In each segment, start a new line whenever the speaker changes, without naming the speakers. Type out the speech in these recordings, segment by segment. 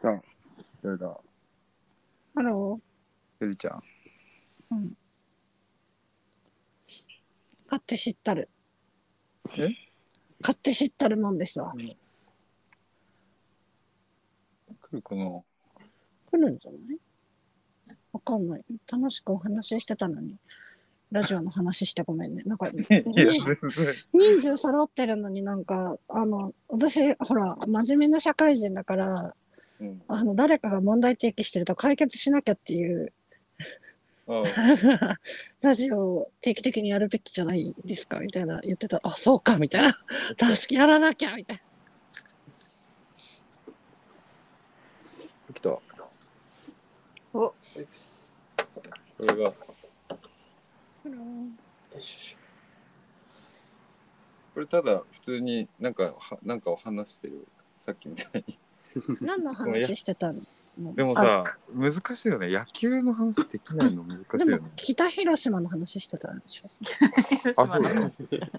さん、やだ、
ハロ
ゆりちゃん。
ー。うん。買って知ったる。
え
買って知ったるもんですわ。
来るかな
来るんじゃないわかんない。楽しくお話ししてたのに。ラジオの話してごめんね。なんか、ね、
いや、全然。
人数揃ってるのになんか、あの、私、ほら、真面目な社会人だから、
うん。
あの、誰かが問題提起してると解決しなきゃっていう、
あ
ラジオを定期的にやるべきじゃないですかみたいな言ってた。あ、そうかみた いな。確かやらなきゃみたいな。
あ、来た。
お
これが、よいしょよいしょこれただ、普通になんか、はなんかを話してる。さっきみたいに。
何の話してたの
でもさ、難しいよね。野球の話できないの難
あ
し
で
いよ
も
ね。
北広島の話してたんでしょ
あ、そうだね。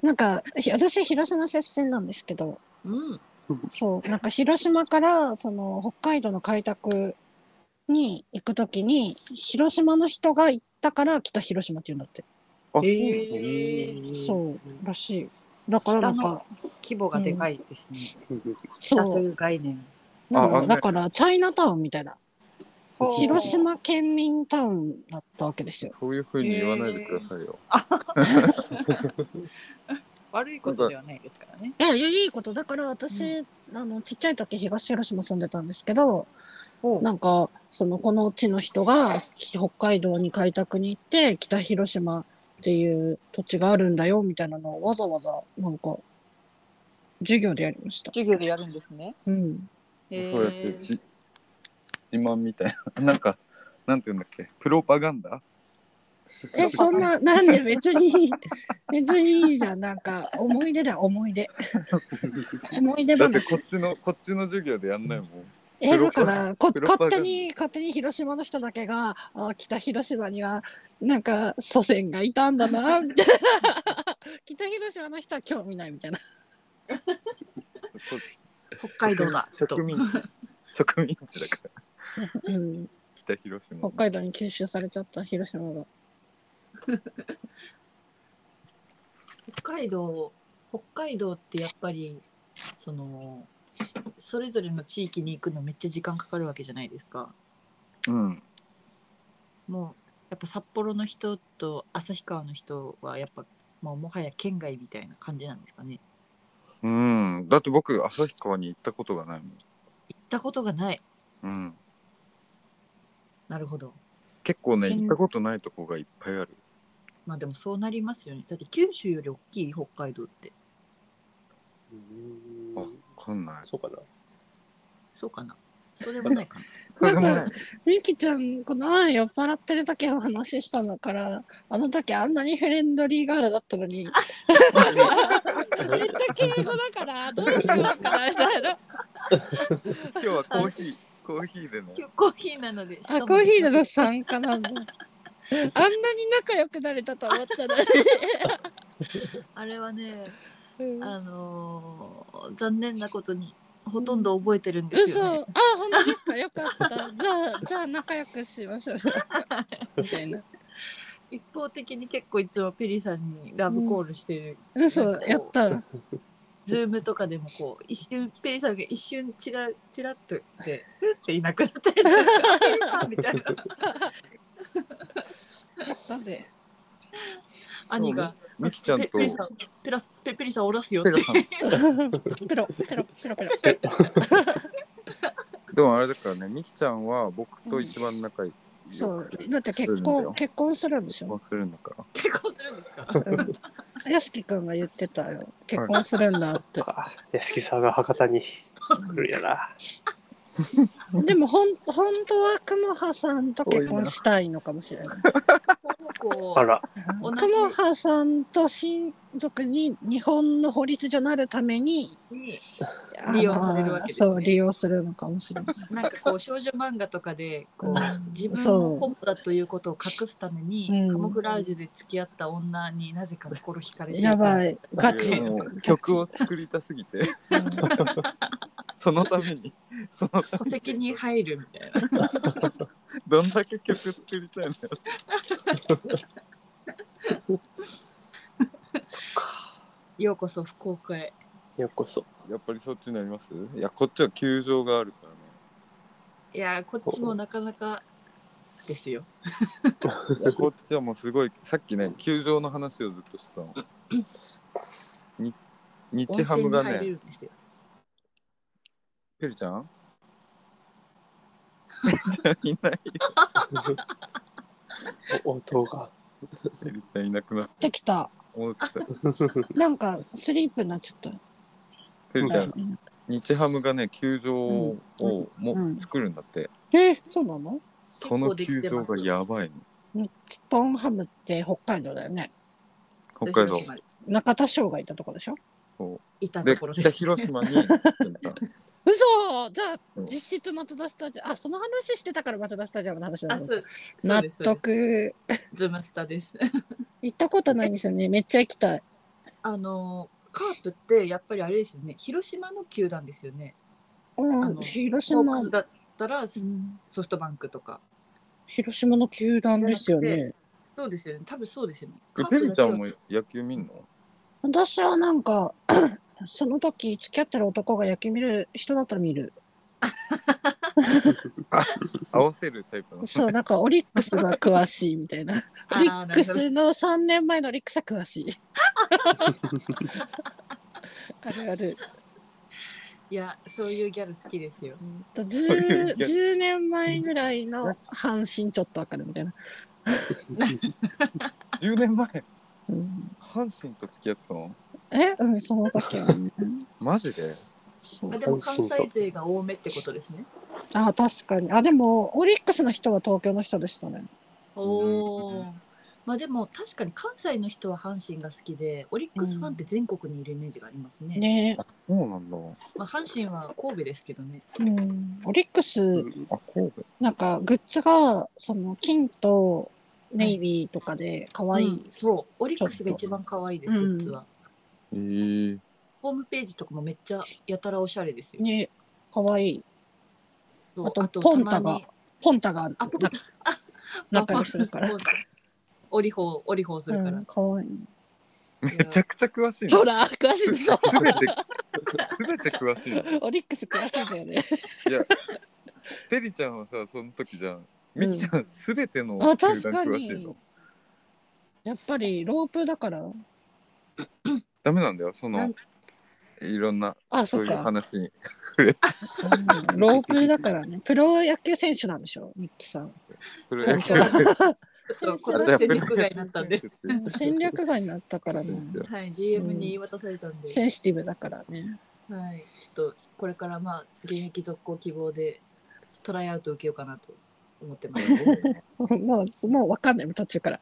なんかひ私広島出身なんですけど
うん。
そうなんか広島からその北海道の開拓に行くときに広島の人が行ったから北広島っていうんだって、
あ、そう
え
ー
そうらしいだからなんか
規模がでかいですね。北と
そ
いうう概念。
なん
ああ
か
の
だからチャイナタウンみたいな
ほう
広島県民タウンだったわけですよ
そういうふうに言わないでくださいよ。
悪いことではないですからね。
いやいやいいことだから私、あのちっちゃい時東広島住んでたんですけどなんかそのこの地の人が北海道に開拓に行って北広島っていう土地があるんだよみたいなのをわざわざなんか授業でやりました。
授業でやるんですね。
うん、
そうやってじ自慢みたいな。 なんか、なんていうんだっけ、プロパガンダ
えそんななんで別に別にいいじゃんなんか思い出だよ思い出思い出
だって
話
こっちの、こっちの授業でやんないもん。
えだからこ
プロパ
勝手に勝手に広島の人だけがあ北広島にはなんか祖先がいたんだなみたいな 北広島の人は興味ないみたいな
こ
北海道 だ。と
植民地。植民地だから。
うん、
北広島
北
の。
海道に吸収されちゃった広島が。
北海道、
北海道ってやっぱりそのそれぞれの地域に行くのめっちゃ時間かかるわけじゃないですか。
うん。
もうやっぱ札幌の人と旭川の人はやっぱもうもはや県外みたいな感じなんですかね。
うん。だって僕、旭川に行ったことがないもん。
行ったことがない。
うん。
なるほど。
結構ね、
全
行ったことないとこがいっぱいある。
まあでもそうなりますよね。だって九州より大きい北海道って。
あ、わかんない。
そうかな。
そうかな。そうでもないか な。
それでも
な
ね
ん、みきちゃん、このああ酔っ払ってる時お話ししたのから、あの時あんなにフレンドリーガールだったのに、めっちゃ敬語だから、どうしようかな、みたいな。
今日はコーヒー、コーヒーでの。
今日コーヒーなので。しか
あ、
も
コーヒーの参加なんだ。あんなに仲良くなれたと思ったのに。
あれはね、
うん
あのー残念なことにほとんど覚えてるんです
嘘
よ、ね。
あ、本当ですかよかった。じゃあ、じゃあ仲良くしま しょう。みたいな。
一方的に結構いつもペリさんにラブコールしてる、
嘘、やった。
ズームとかでもこう一瞬ペリさんが一瞬チラチラっとでふっていなくなったりするペリさんみた いな
なぜ
兄が
ミキちゃん
ペ
と
ペ。リさんペラスペペリさんおらすよっ
ペ
て
ラさん
ペロ、ペロ、ペロ、ペロ。
でもあれだからね、ミキちゃんは僕と一番仲良い。
そう、だって結婚、結婚するんでし
結
ょ
婚するんだから。
結婚するんで すか
やすきくんが言ってた よ。結婚するんだって。
か。屋敷さんが博多に来るやな。
でも、ほん、本当はくもはさんと結婚したいのかもしれない。
こ
あら。
くも
同じ
はさんと親族に日本の法律上なるために。
うに
あの
利用されるわけですね
そう、利用するのかもしれない。
なんかこう少女漫画と かでこう自分
そう
の本だということを隠すために、
うん
カモフラージュで付き合った女になぜか心惹かれて
やば
い
い、ガ チ。
もう曲を作りたすぎて、そのために その
戸籍に入るみたいな。
どんだけ曲作りたいのよ
そっか。
ようこそ福岡へ。
ようこそ。
やっぱりそっちになりますいやこっちは球場があるからね
いやー、こっちもなかなかですよ。
いやこっちはもうすごいさっきね球場の話をずっとしてたのに日ハムが
温泉に入れ
ね
るんですよ。
ペリちゃんいない
お音 が。
ペリちゃんいなくなっ
できた。
戻ってきた
なんか、スリープになっちゃった。
ペリちゃ
うんん
日ハムがね球場をも、
うん
作るんだって
えー、そうなの
その球場がやばいの
日本ハムって北海道だよね。
北海道
広島に
中田翔がいたとこでしょ
いた
で
ところで
北
す。
広島に
嘘じゃあ
うん
実質マツダスタジアムあその話してたからマツダスタジアムの話だ
あ、
ね
そう。そう
納
です。そうで
得
すズムスタです。
行ったことないんですよねめっちゃ行きたい
あのーカープってやっぱりあれですよね。広島の球団ですよね。
う
あ
ん
の
広
ホ
島
ークスだったら
う
ソ
ん
フトバンクとか。
広島の球団ですよね
そうですよね。多分そうですよね。
え
カー
ペ
プ
リ
だ
ち
け
ゃ
は
んも野球見んの
私はなんか その時付き合ってる男が野球見る人だったら見る
合わせるタイ プなの
そうなんかオリックスが詳しいみたいなオ
あー
リックスの3年前のオリックスは詳し いあるある
いや、そういうギャル好きですよ。
と
いう
10, 10年前ぐらいの阪神ちょっとわかるみたいな、
10年前
うん
阪神と付き合ってたの
えうんその時は ね
マジで
そう
あでも関西勢が多めってことですね。
あ確かにあでもオリックスの人は東京の人でしたね
おお。まあでも確かに関西の人は阪神が好きで、オリックスファンって全国にいるイメージがありますね。
ね
そうなんだ
まあ阪神は神戸ですけどね。
うんオリックス、
あ神戸
なんかグッズがその金とネイビーとかで可愛
うん
い、
そう、オリックスが一番可愛いです、
うん
実は。
えー、
ホームページとかもめっちゃやたらおしゃれですよ。
ね可愛い
そう
あとポンタが
たまに
ポンタがな
あポンタ
仲良しだから
ポンタオリホー、オリホーするか
う
ら。
ん可愛い
めちゃくちゃ詳しい
ほ
の
ら詳しいでしょ
すべてすべて詳しいの
オリックス詳しいんだよね
いやテリちゃんはさその時じゃん
うん
ミキちゃんすべての
あ
球団
確か
詳しい
に
の
やっぱりロープだから
ダメなんだよそ
な
の
ん
いろんな
あ
そ
そうっ
いう
か
話に
うんロープだからね。プロ野球選手なんでしょ、ミッキーさん。
それ
本 当だ
そう
そう
今
そう
年戦力外になったんで。
うん戦略外になったからね。
はい、GM に言い渡されたんで。
センシティブだからね。
はい、ちょっとこれからまあ現役続行希望でトライアウト受けようかなと思って ます。
もう、もうわかんないもん、途中から。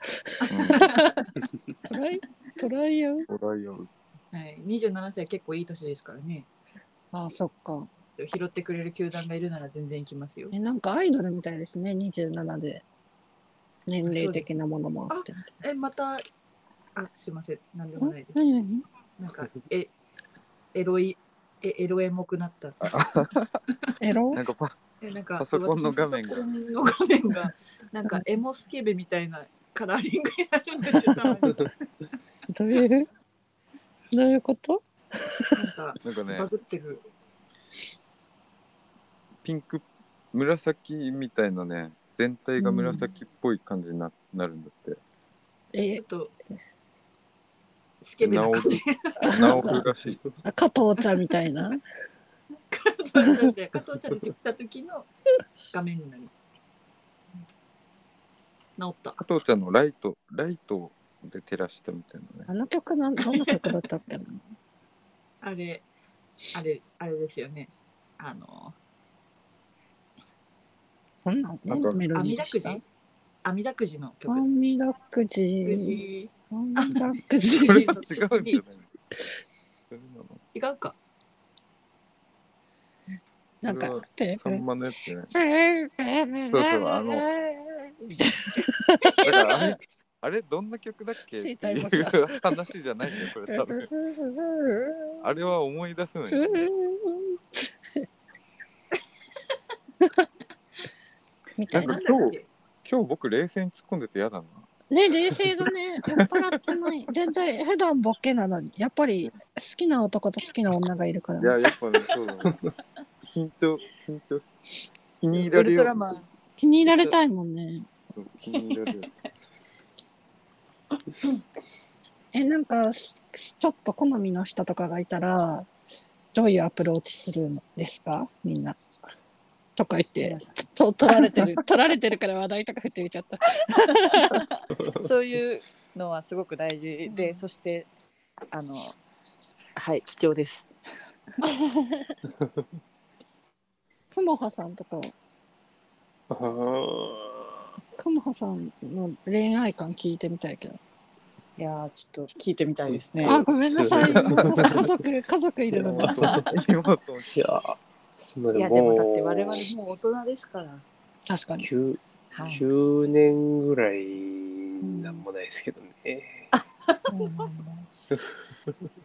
トライトライアウ
お題を
はい、27歳結構いい年ですからね。
ああ、そっか。
拾ってくれる球団がいるなら全然行きますよ。
え、なんかアイドルみたいですね、27で。年齢的なものもあって。
え、また、あ、すいません、なんでもないです。
何何
なんか、え、エロい、え、エロエモくなった。
エロ
なんかパ
え、なんか、
パソコンの画面が
パソコンの画面が、なんかエモスケベみたいなカラーリングになるんですよ。た まになんか、
どういうどういうこと
なんかね
バグってる。
ピンク紫みたいなね全体が紫っぽい感じにな,、なるんだって
ち
え
ょっと、スケベな感じ。
な
なん
お
か
らし い
あ加藤ちゃんみたいな。
加藤ちゃんで加藤ちゃん出てきた時の画面になる。治った。
加藤ちゃんのライトライトで照らしたみたい なね
あの曲なん、どんな曲だったっけな
あれ、あれ、あれですよね。あの、
こんなんね、メロ
阿
ディー
弥
で
陀く
した
じ。阿弥陀くじの曲。
アンミラック
く
ジ
じ
アンミラックジ
これは違うんじゃないそれなの
違うか。
なんか、ペー
サ
ペー
ンマのやつじゃない
ペーペー
そうそうあのだからあれあれどんな曲だっけ
衰
ってい
退
う
もしまし
話じゃないんだよこれ多分あれは思い出せない
みたい
な
なん
か。
だっけ
今日僕冷静に突っ込んでて嫌だな
ね、冷静だね。酔っ払ってない。全然、普段ボケなのに。やっぱり、好きな男と好きな女がいるから、
い
ね。
ややっぱねそうだね緊張緊張し気に入ら
ウ
れ
ルトラ
よう
マン。
気に入られたいもんね。
そう気に入られよう
え、なんか、すちょっと好みの人とかがいたら、どういうアプローチするんですかみんな。とか言って、と取られ てる、取られてるから話題とか振ってみちゃった。
そういうのはすごく大事で、そしてあのはい貴重です。
くもはさんとかは、
あー
くもはさんの恋愛観聞いてみたいけど。
いやーちょっと聞いてみたいですね。
あ、ごめんなさい。私家族、家族いるのに。
妹妹も
いやーすみま
い
せ
や
ん
でも
も
だって我々
う
もう大人ですから。
確かに。
9
はい
九年ぐらいなんもないですけどね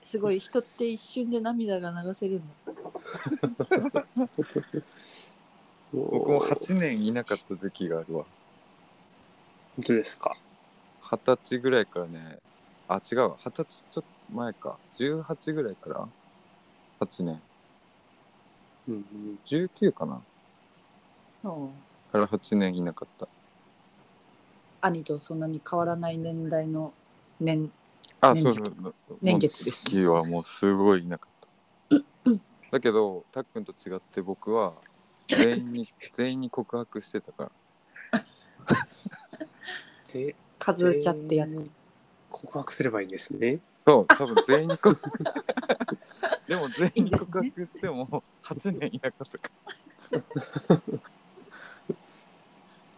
すごい人って一瞬で涙が流せる
僕も
本
8年いなかった時期があるわ
当ですか
二十歳ぐらいからねあ違うわ二十歳ちょっと前か18ぐらいから8年
うん
19かな
の。うん
から8年いなかった
兄とそんなに変わらない年代の年
あ、
年
そう
月
そうそう。
年月です
月はもうすごいいなかった。だけど、たっくんと違って僕 は全員に全員に告白してたから。
ぜ
数えちゃってやつ。
告白すればいいんですね
そう、多分全員に告白。 でも全
いい
員
ん
に
ですね
告白しても8年いなかったから。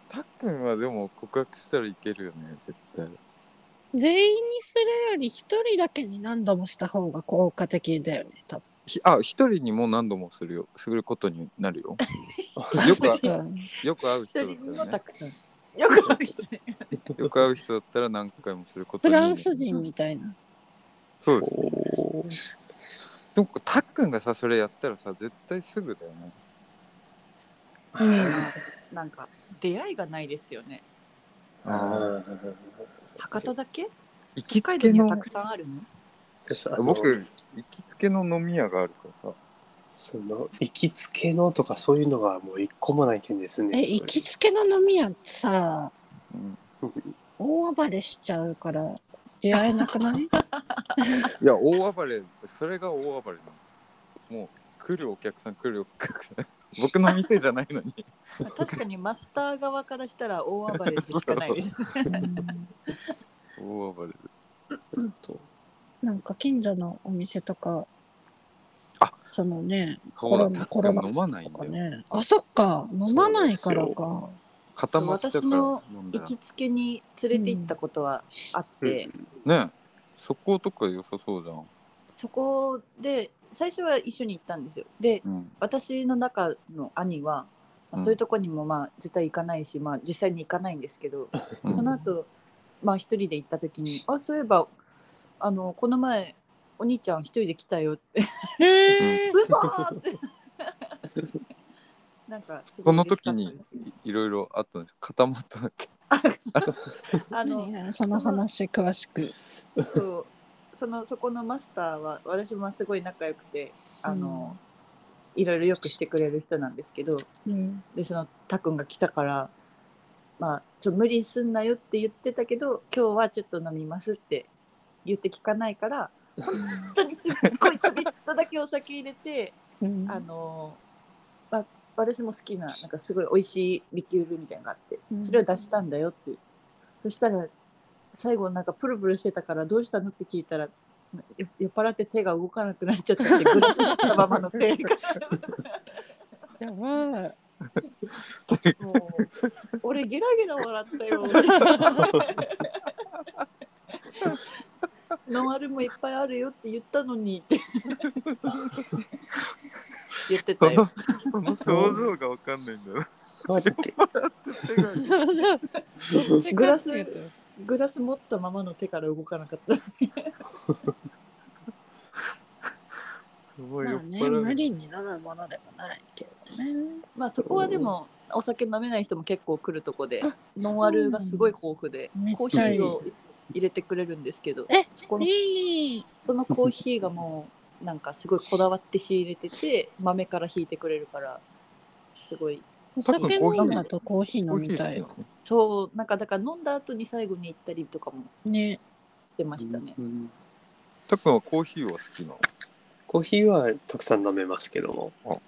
たっくんはでも告白したらいけるよね、絶対。
全員にするより一人だけに何度もした方が効果的だよね、多分。
ひあ、一人にも何度もするよ、することになるよ。 よく あ
うん
よく会う
一
人だ
人に
ったら
もた
ね。
くさん。よくある人ね
よく会う人だったら何回もすること
フ
になる。
ランス人みたいな。
そうですで
お
もたっくんがさそれやったらさ絶対すぐだよね
うん。
なんか出会いがないですよね。
あ
博多だけ？
行きつ
北海道
け
には
の
たくさんあるの。
ー
僕行きつけの飲み屋があるからさ
その行きつけのとかそういうのがもう一個もないけんですね
え、行きつけの飲み屋ってさ、
うん
大暴れしちゃうから出会えなくない
いや大暴れそれが大暴れなのもう来るお客さん来るお客さん僕の店じゃないのに
確かにマスター側からしたら大暴れでしかないです。
大暴れ
と
なんか近所のお店とか、
あ
そのね、
そうだ
コロナ
たっくん飲まない
と
ん
か
だよ
ね。あ、そっか、飲まないから
そう
か。
固まっちゃうから
私も
飲んだ
行
ら
きつけに連れて行ったことはあって、
ねえそことか良さそうじゃん、
そこで最初は一緒に行ったんですよで
うん、
私の中の兄は、ま
う
あ、
ん
そういうとこにもまあ絶対行かないし、まあ、実際に行かないんですけど、
うん
その後まあ一人で行った時に「あそういえばあのこの前お兄ちゃん一人で来たよ」 って
へ
「
え。
嘘!」って なんかすご
こ
い
の
嬉しか
時
ったん
に
です
いろいろあったんです固まっただけ
あの
いやその話詳しく。
そうそのそこのマスターは私もすごい仲良くてあの、いろいろよくしてくれる人なんですけど
うん。
でそのたくんが来たから、まあ、ちょ無理すんなよって言ってたけど今日はちょっと飲みますって言って聞かないから本当にすっごいちょびっとだけお酒入れて
うん
あの、まあ、私も好きななんかすごい美味しいリキュールみたいなのがあって
うん
それを出したんだよってそしたら最後なんかプルプルしてたからどうしたのって聞いたら酔酔っ払って手が動かなくなっちゃったってぐずったままの手が。
やばい。
もう俺ゲラゲラ笑ったよ。 ノンアルもいっぱいあるよって言ったのにって言ってた
その
よ。
その症状がわかんないんだよ
そうだって
グラス グラス持ったままの手から動かなかった。
すごい
ま
酔
あ
っ
ね、
払う
無理になるものでもないけどね。
まあそこはでもお酒飲めない人も結構来るとこでノンアルがすごい豊富で
めっちゃいい
コーヒーを入れてくれるんですけど
え
そこの
いい
そのコーヒーがもうなんかすごいこだわって仕入れてて豆から引いてくれるからすごい
お酒飲んだとコーヒー飲みたい
コーヒー好きなの
そうなんかだから飲んだ後に最後に行ったりとかも
ね
してましたね。
うん
たっくんはコーヒーは好きなの
コーヒーはたくさん飲めますけども。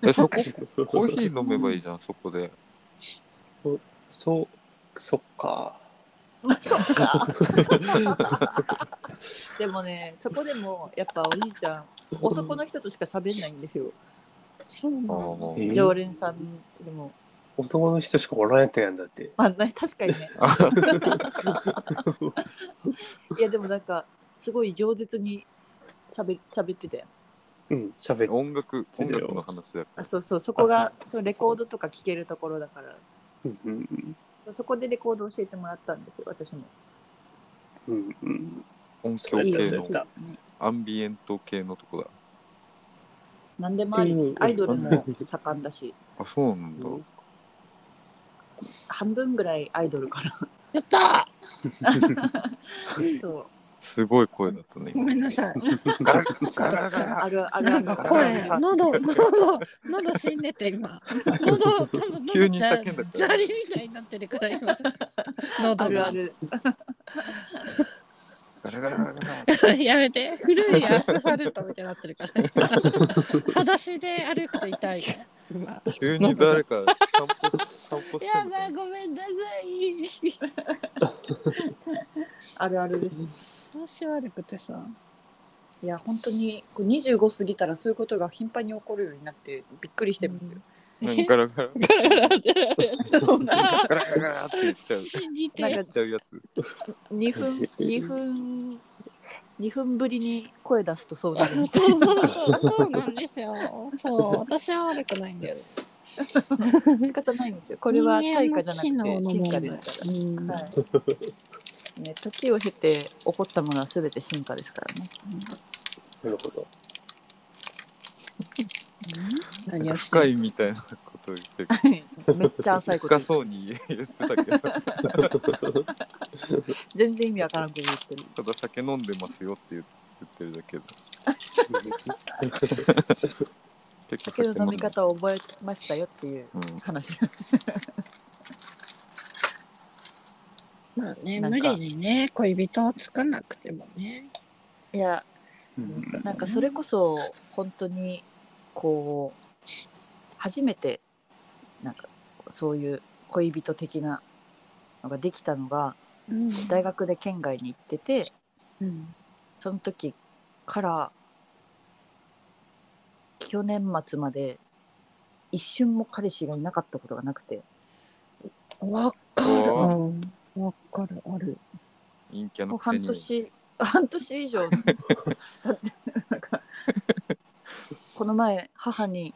えそこコーヒー飲めばいいじゃんそこで
そう、そっか。
そっか でもねそこでもやっぱお兄ちゃん男の人としか喋んないんですよ
そうな
あ
んだ
ー
え
常連さんでも
男の人しかおらんやったやんだって。
まあな確かにね
あ
いやでもなんかすごい饒舌に喋喋ってたよ
うん、喋って。
音楽音楽の話だ
あそうそうそこが
あ
そ
そうそうそう
のレコードとか聴けるところだから
うんうん
そこでレコード教えてもらったんですよ私も
うんうん
音
そ
響
う
いいで
系
す
の
そうだ
アンビエント系のとこだ
何でもあり
うん
アイドルも盛んだし
あそうなんだ、
うん
半分ぐらいアイドルから
やったー
そう
すごい声だったね
ごめんなさい。
ガラガラガラ
あるある
な
あ
んか
る
声、喉、喉、喉死んでて今。喉、多分
急
喉
に
じゃ
叫んだから
砂利みたいになってるから今。
あ
喉
るあ
が。
る
ガラガラガラガラ
やめて、古いアスファルトみたいになってるから今。裸足で歩くと痛い。今
急に誰か散歩散歩して
や
んの
ば
か
い、
な
ごめんなさい。
あるあるです
調子悪くてさ。
いや本当にこう25過ぎたらそういうことが頻繁に起こるようになってびっくりしてますよ、
何ガラガラ
な
ガラガラガラって言っちゃう
死に
な
て
ん
言っちゃうやつ
2分2分2分ぶりに声出すとそうな るんです
そうそうそうそうなんですよそう私は悪くないんだよ
仕方ないんですよこれは対価じゃなくて進
問
化
題
ですか
うん
ら、はいね、時を経て起こったものは全て進化ですからね
なるほど。
何をして
深いみたいなこと言ってる
めっちゃ浅いこと
深
言って
そうに言ってたけどただ
全然意味わからんこと言ってる
酒飲んでますよって言ってるだけで結
酒の飲み
んで
方を覚えましたよっていう
うん
話
まあね、
なん
無
か
理にね、恋人を作んなくてもね。
いや
うん
なんかそれこそ本当にこう初めてなんかそういう恋人的なのができたのが
うん、
大学で県外に行ってて
うん、
その時から去年末まで一瞬も彼氏がいなかったことがなくて
わかる。
お
うんわかる、あ る。
陰キャ
も
のくせ
う半
に
年半年以上だってなんかこの前母に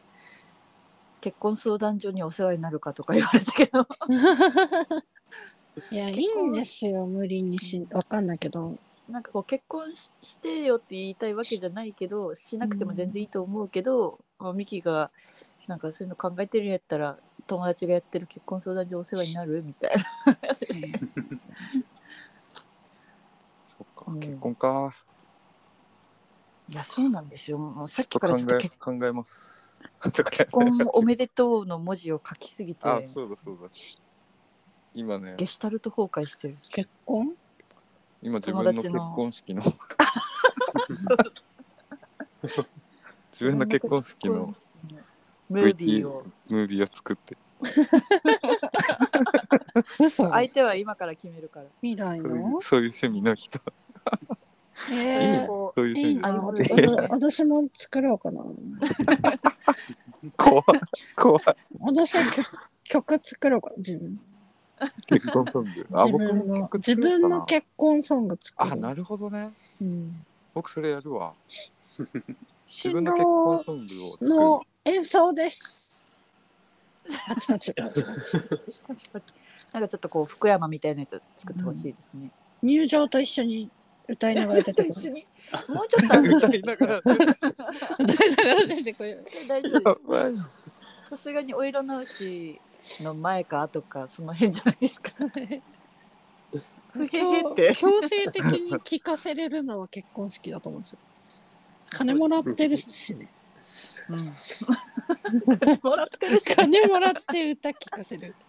結婚相談所にお世話になるかとか言われたけど
いや、いいんですよ、無理にし、わかんないけど。
なんかこう結婚ししてよって言いたいわけじゃないけどしなくても全然いいと思うけど、まあ、ミキがなんかそういうの考えてるんやったら友達がやってる結婚相談所お世話になるみたいな
そっ
う
か
ん
結婚か
いやそうなんですよもうさっ
ちょ
き
っと
から
考
ちょっと
え
結
考えます結
婚おめでとうの文字を書きすぎて
あそうだそうだ今ね
ゲシュタルト崩壊してる
結婚。
今自分の
友達
結
の
婚式の 自分の結婚式の
ムービ
VT
ーを
ムービーを作って
嘘。
相手は今から決めるから
未来
そういう
の。
そういう趣味の人いい
え
ね
ー
こ
そういう
い
趣
い
味
な、
あ
お
いい
どおど私も作ろうかな。
怖い怖い
私は曲、 曲作ろうかな、自分。
結婚ソングあ
自
僕
分
も
の、
曲
自
作ろうかな
分の結婚ソング作る。
あなるほどね
うん。
僕それやるわ自
新
分の結婚
郎
ソングを作る
の演奏です。パチパチパチパチ。
パチパチなんかちょっとこう福山みたいなやつ作ってほしいですね、
入場と一緒に歌いながら出てく
一緒
る。
にもうちょっとあの
歌いなが ら
歌いながら出てくる。
大丈夫で
ばい
すさすがにお色直しの前か後かその辺じゃないですか。 ふへへっ
強
て。
強制的に聞かせれるのは結婚式だと思うんですよ。金もらってるしね。
うん、もらってるし。
金もらって歌聞かせる。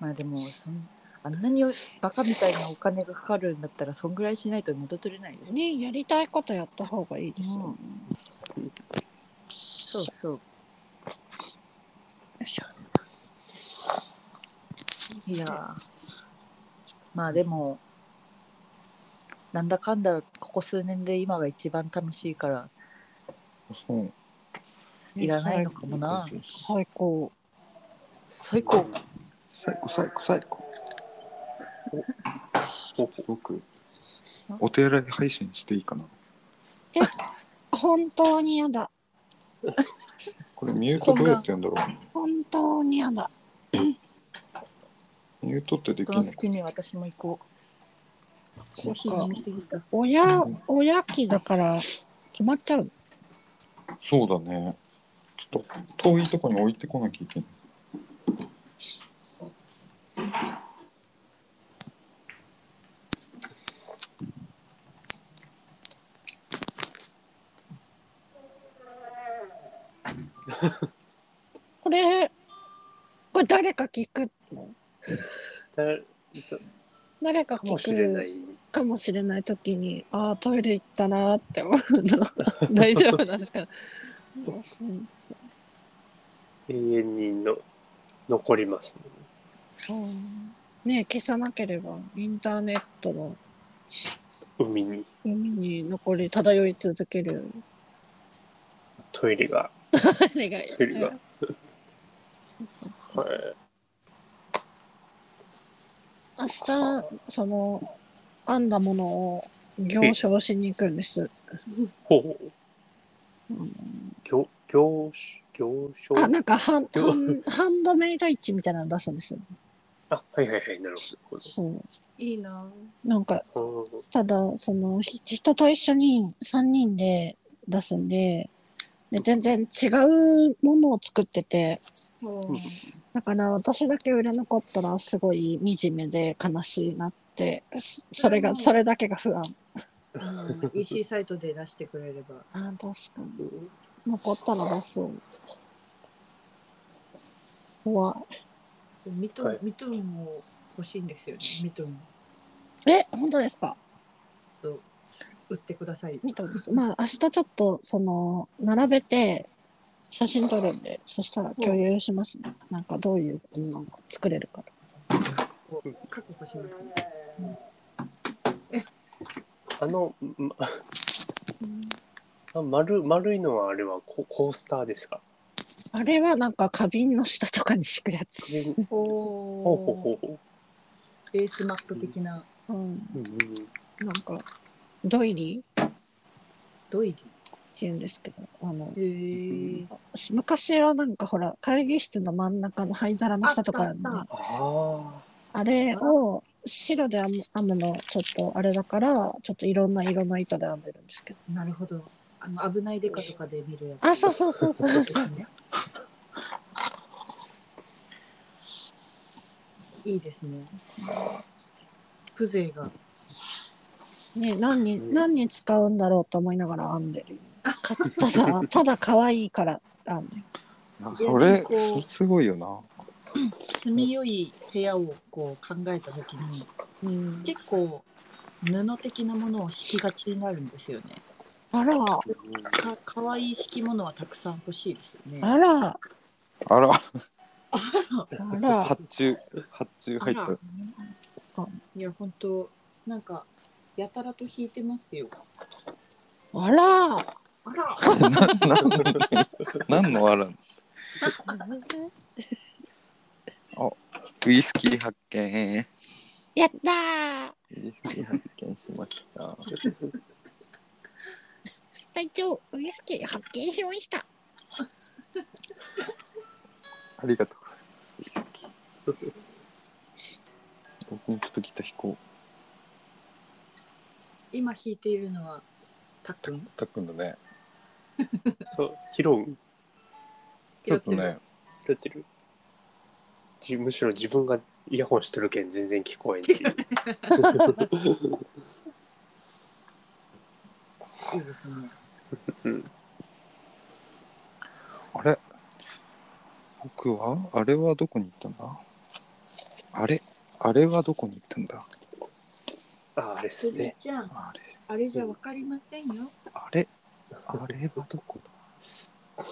まあでもそんあんなにバカみたいなお金がかかるんだったらそんぐらいしないと元取れないよ。
ねやりたいことやった方がいいですよ、ね
そうそう。
よいしょ
いやーまあでもなんだかんだここ数年で今が一番楽しいから
うん
いらないのかもな。
最高。
最高。
最高最高最高。
僕お手洗い配信していいかな
本当に嫌だ。
これミュートどうやってやるんだろ
本当に嫌だ。
うミュートってでき
ど
るの
の
か
隙に私も行こう。コーヒー飲みすぎた。
親、親機だから決まっちゃう。
そうだねちょっと遠いとこに置いてこなきゃいけない
これ、これ誰か聞くの
だか
誰か
もしれな
聞
い。
くかもしれない時に、ああ、トイレ行ったなーって思う の。大丈夫なのかな。うん
永遠にの残ります、ね。
うんねえ消さなければ、インターネットの
海に
海に残り漂い続ける。
トイレが。
誰がい
トイレが。はい。
明日、その、編んだものを行商しに行くんです。
ほう。行行行商。
あ、なんかハン、ハン、ハンドメイド市みたいなの出すんですよ。
あはいはいはいなるほ
そ
いいな。
う。なんか、
ど。うん
ただ、その、ひ人と一緒に3人で出すんで、で全然違うものを作ってて、だから私だけ売れ残ったらすごい惨めで悲しいなって、そそれが、それだけが不安。
うん、EC サイトで出してくれれば。
あー、確かに。残ったら出そう。怖い。
ミトン、
はい
ミトンも欲しいんですよね。ミトン
え、本当ですか
と売ってください。
見たんです。まあ、明日ちょっと、その、並べて、写真撮るんで、そしたら共有しますね。なんかどういうのが作れるかと。
こう確保します、
あの、ま、あ丸丸いのはあれはココースターですか。
あれはなんか花瓶の下とかに敷くやつ。
お
ほうほう
お。
ほうほ
ベースマット的な
うん。
う。うんうん
なんか、ドイリーっ
ドイ
ていうんですけど、あの、
リ。へえ。
昔はなんかほら、会議室の真ん中の灰皿の下とかあるのね
あっ
あ
あれを白で編む編むのちょっとあれだから、ちょっといろんな色の糸で編んでるんですけど。
なるほど。あの危ないデカとかで見るやつ。
あ、そうそうそうそう
そ
そうう。
ですね。いいですね。風情が。
ね何に、何に使うんだろうと思いながら編んでる。かた だ、ただ可愛いから編んでる。
あ
いや
それ
こう
そすごいよな
住みよい部屋をこう考えたときに、
うん、
結構布的なものを敷きがちになるんですよね。
あら、
あ。
かかわいい敷物はたくさん欲しいですよね。
あら、
あら
あら、
発注発注入った
あ
いや本当なんかやたらと引いてますよ。
あら。
あら。
何のあ らウイスキー発見
やったー
ウイスキー発見しました
隊長、ウイスキー発見しました。
ありがとうございます僕もちょっとギター弾こ
今弾いているのはたっくん
うたっくんだね
そう、ヒロン。
ちょ
拾っ
っと
てる。
ね
拾ってるじむしろ自分がイヤホンしてるけん全然聞こえんっていう
いいです
あれ僕はあれはどこに行ったんだあれあれはどこに行ったんだ
ああれです
ね。
ね
ちゃん、
あれ
あれじゃわかりませんよ。
あれあれはどこだ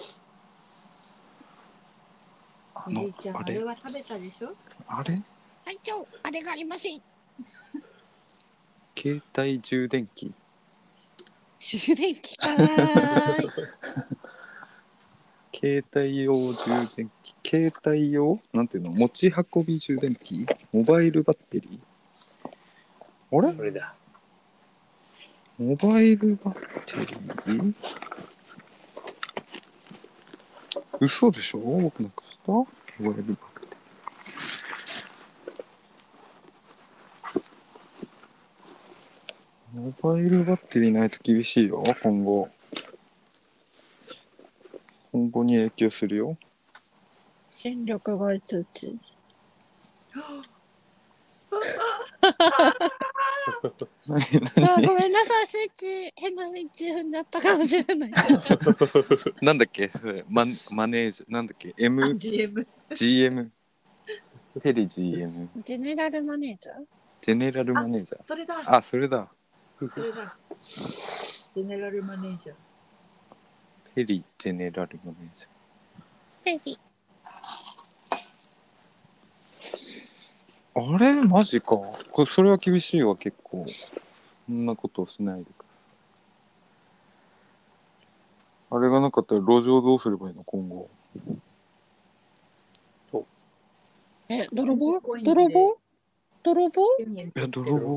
あ
お
の
じいちゃん、
あ
あ
れ
れは食べたでしょ
あれ
隊長、あれがありません。
携帯充電器
終電機か ーい。
携帯用充電器携帯用なんていうの持ち運び充電器モバイルバッテリーあれ
それだ
モバイルバッテリー嘘でしょ僕なくしたモバイルバッテリー。モバイルバッテリーないと厳しいよ、今後。今後に影響するよ。
戦力外通知。
何
あーごめんなさい、スイッチ、変なスイッチ踏んじゃったかもしれない。
なんだっけそれママネージャー、なんだっけ ?M、
GM。
GM、テレ GM、
ジェネラルマネージャー
ジェネラルマネージャー。
それだ。
あ、 それだ。
それだ。ジェネラルマネージャー。
ペリジェネラルマネージャー。
ペリ。
あれマジか。これそれは厳しいわ、結構。そんなことをしないでください。あれがなかったら路上どうすればいいの、今後。
え、泥棒
コインで
泥棒泥棒
1000円
いや、泥棒。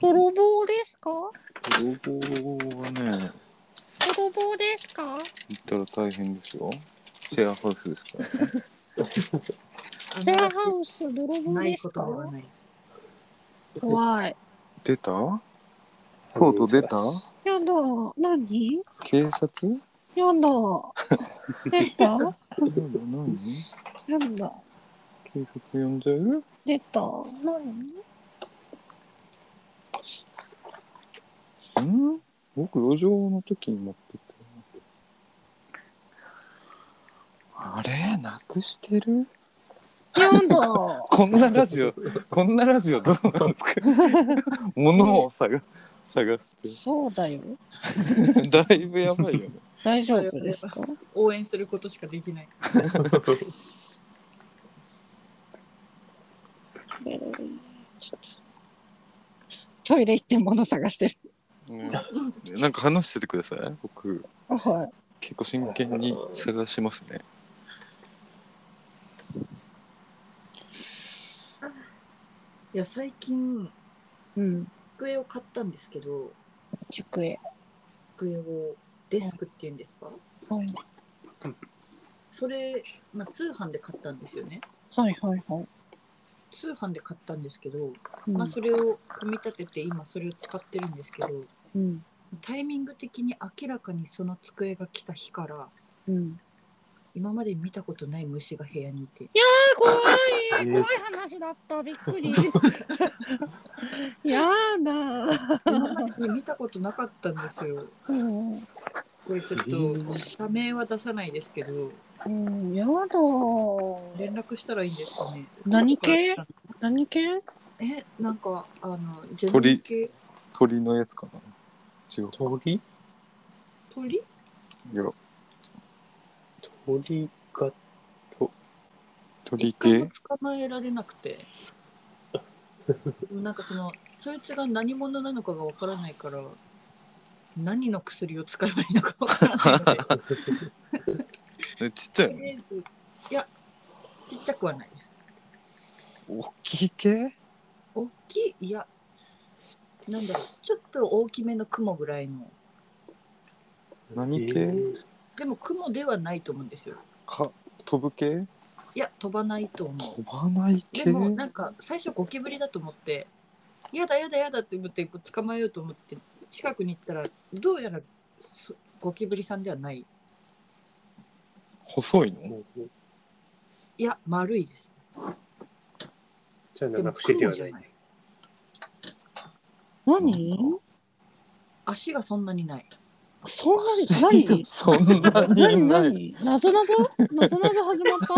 泥棒ですか
泥棒はね、
泥棒ですか
行ったら大変ですよ。シェアハウスですから。
シェアハウス泥棒
ない
で
こ
すか
とはない。
怖い。
出たとうとう出た
やだ。何
警察
やだ。 出た
何
なんだ。
警察呼んじゃう
出た。何
ん僕路上の時に持ってったあれなくしてる
やだ。
こんなラジ オこんなラジオどうなんですか物を探探し
そうだよ。
てだいぶやばいよね
大丈夫ですか
応援することしかできない。
ちょっとトイレ行って物探してる。
ねなんか話しててください僕
あはい。
結構真剣に探しますね
いや、最近、
うん。
机を買ったんですけど、
塾へ。
机をデスクっていうんですか
はい。
それ、まあ、通販で買ったんですよね。
はいはいはい。
通販で買ったんですけど、
うん
まあ、それを組み立てて今それを使ってるんですけど
うん。
タイミング的に明らかにその机が来た日から
うん。
今まで見たことない虫が部屋にいて
あ怖い怖い話だった。びっくり。 やだ。
今まで見たことなかったんですよ。
うん。
これちょっと社名は出さないですけど
うん。やだ。
連絡したらいいんですかね
何系何系
えなんかあのジェ
鳥
ネ系
鳥のやつかな違う
鳥
鳥
いや
鳥が
鳥
一回
系
も捕まえられなくて なんかそのそいつが何者なのかがわからないから何の薬を使えばいいのかわからないので
えちっちゃい
と
の
りあえずいやちっちゃくはないです
大きい系
大きいいやなんだろうちょっと大きめの雲ぐらいの
何
え
系
ー
でも雲ではないと思うんですよ
か飛ぶ系
いや飛ばないと思う
飛ばない系
でもなんか最初ゴキブリだと思って「やだやだやだ」って思って捕まえようと思って近くに行ったらどうやらそゴキブリさんではない
細いの
いや丸いです
じゃあ
で
長
も
くてで
黒
は
じ
な
ゃ
い
ない
何
足がそんなにない
そんなに、何
そんなに
何
ない。
何謎謎謎謎始まった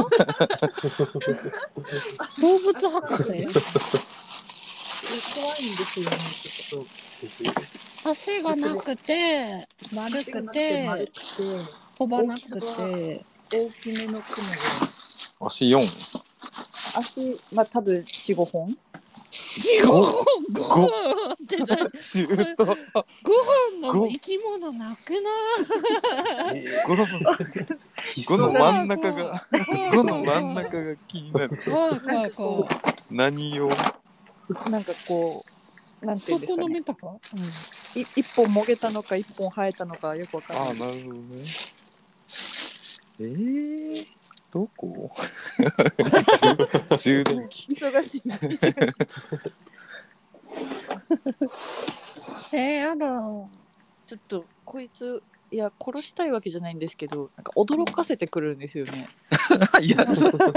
動物博士
怖いんですよねちょっ
足がなくて丸
と
くて
丸くて
飛ばなく
大きさ
て
大きめの雲が
足4。
足まあ多分45本
四五本五本って何
中途。
ご飯の生き物なく
ええ
5の
必
五の
須
真ん中が、
ない
5の真ん中が気になる。
怖い怖い怖い
何を
なんかこうなんていう
そこ
んですか
の
ね
メタファー
い一本もげたのか一本生えたのかよくわかん
あ
な
あ、な
い
るほどね。えー、どこ 充充電器。
忙しい忙しい
えー、やだ
ちょっとこいついや殺したいわけじゃないんですけどなんか驚かせてくるんですよね
いや、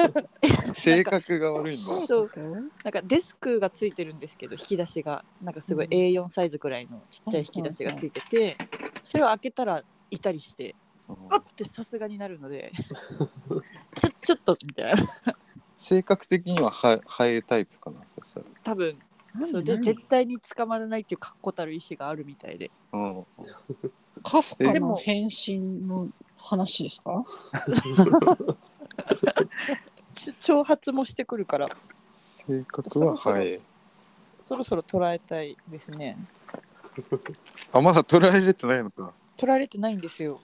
性格が悪いんだ。
そうなんかデスクがついてるんですけど引き出しがなんかすごい
うん
A4 サイズくらいのちっちゃい引き出しがついててそれを開けたらいたりしてあってさすがになるのでちょちょっとみたいな
性格的にははハエタイプかな。そしたら
多分それで絶対に捕まらないっていう確固たる意思があるみたいで
うん、
カフカ
で
の
も
変身の話ですか
ち挑発もしてくるから
性格はハエ。
そろそろ捉えたいですね
あ、まだ捉えれてないのか。
取られてないんですよ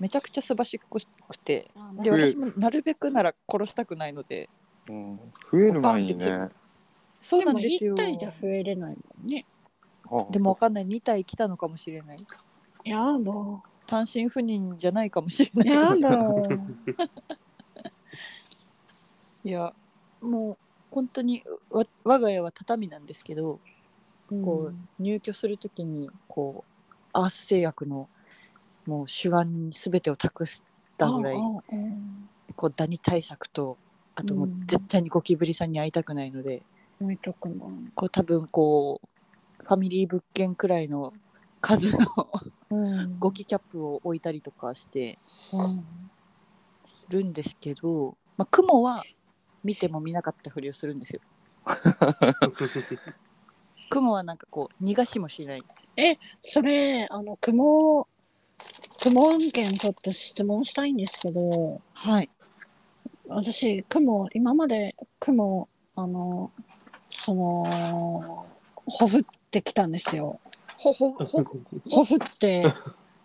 めちゃくちゃすばしっこくてで
う
私もなるべくなら殺したくないので
うん、増える前にね。
そう
で
なん
も
です
一
よ
体じゃ増えれないもんね
あ
でもわかんない2体来たのかもしれない
やだ
単身赴任じゃないかもしれない
や だ
いやもう本当にわ我が家は畳なんですけどこう入居するときにこうアース製薬のもう手腕に全てを託したぐらいこうダニ対策とあともううん絶対にゴキブリさんに会いたくないので、
置いとくの
こう多分こうファミリー物件くらいの数の
うん
ゴキキャップを置いたりとかしてるんですけど、まあ、雲は見ても見なかったふりをするんですよ。雲はなんかこう逃がしもしない
それあの雲雲案件ちょっと質問したいんですけど
はい
私雲今まで雲あのそのほふってきたんですよ
ほほほ
ほふ って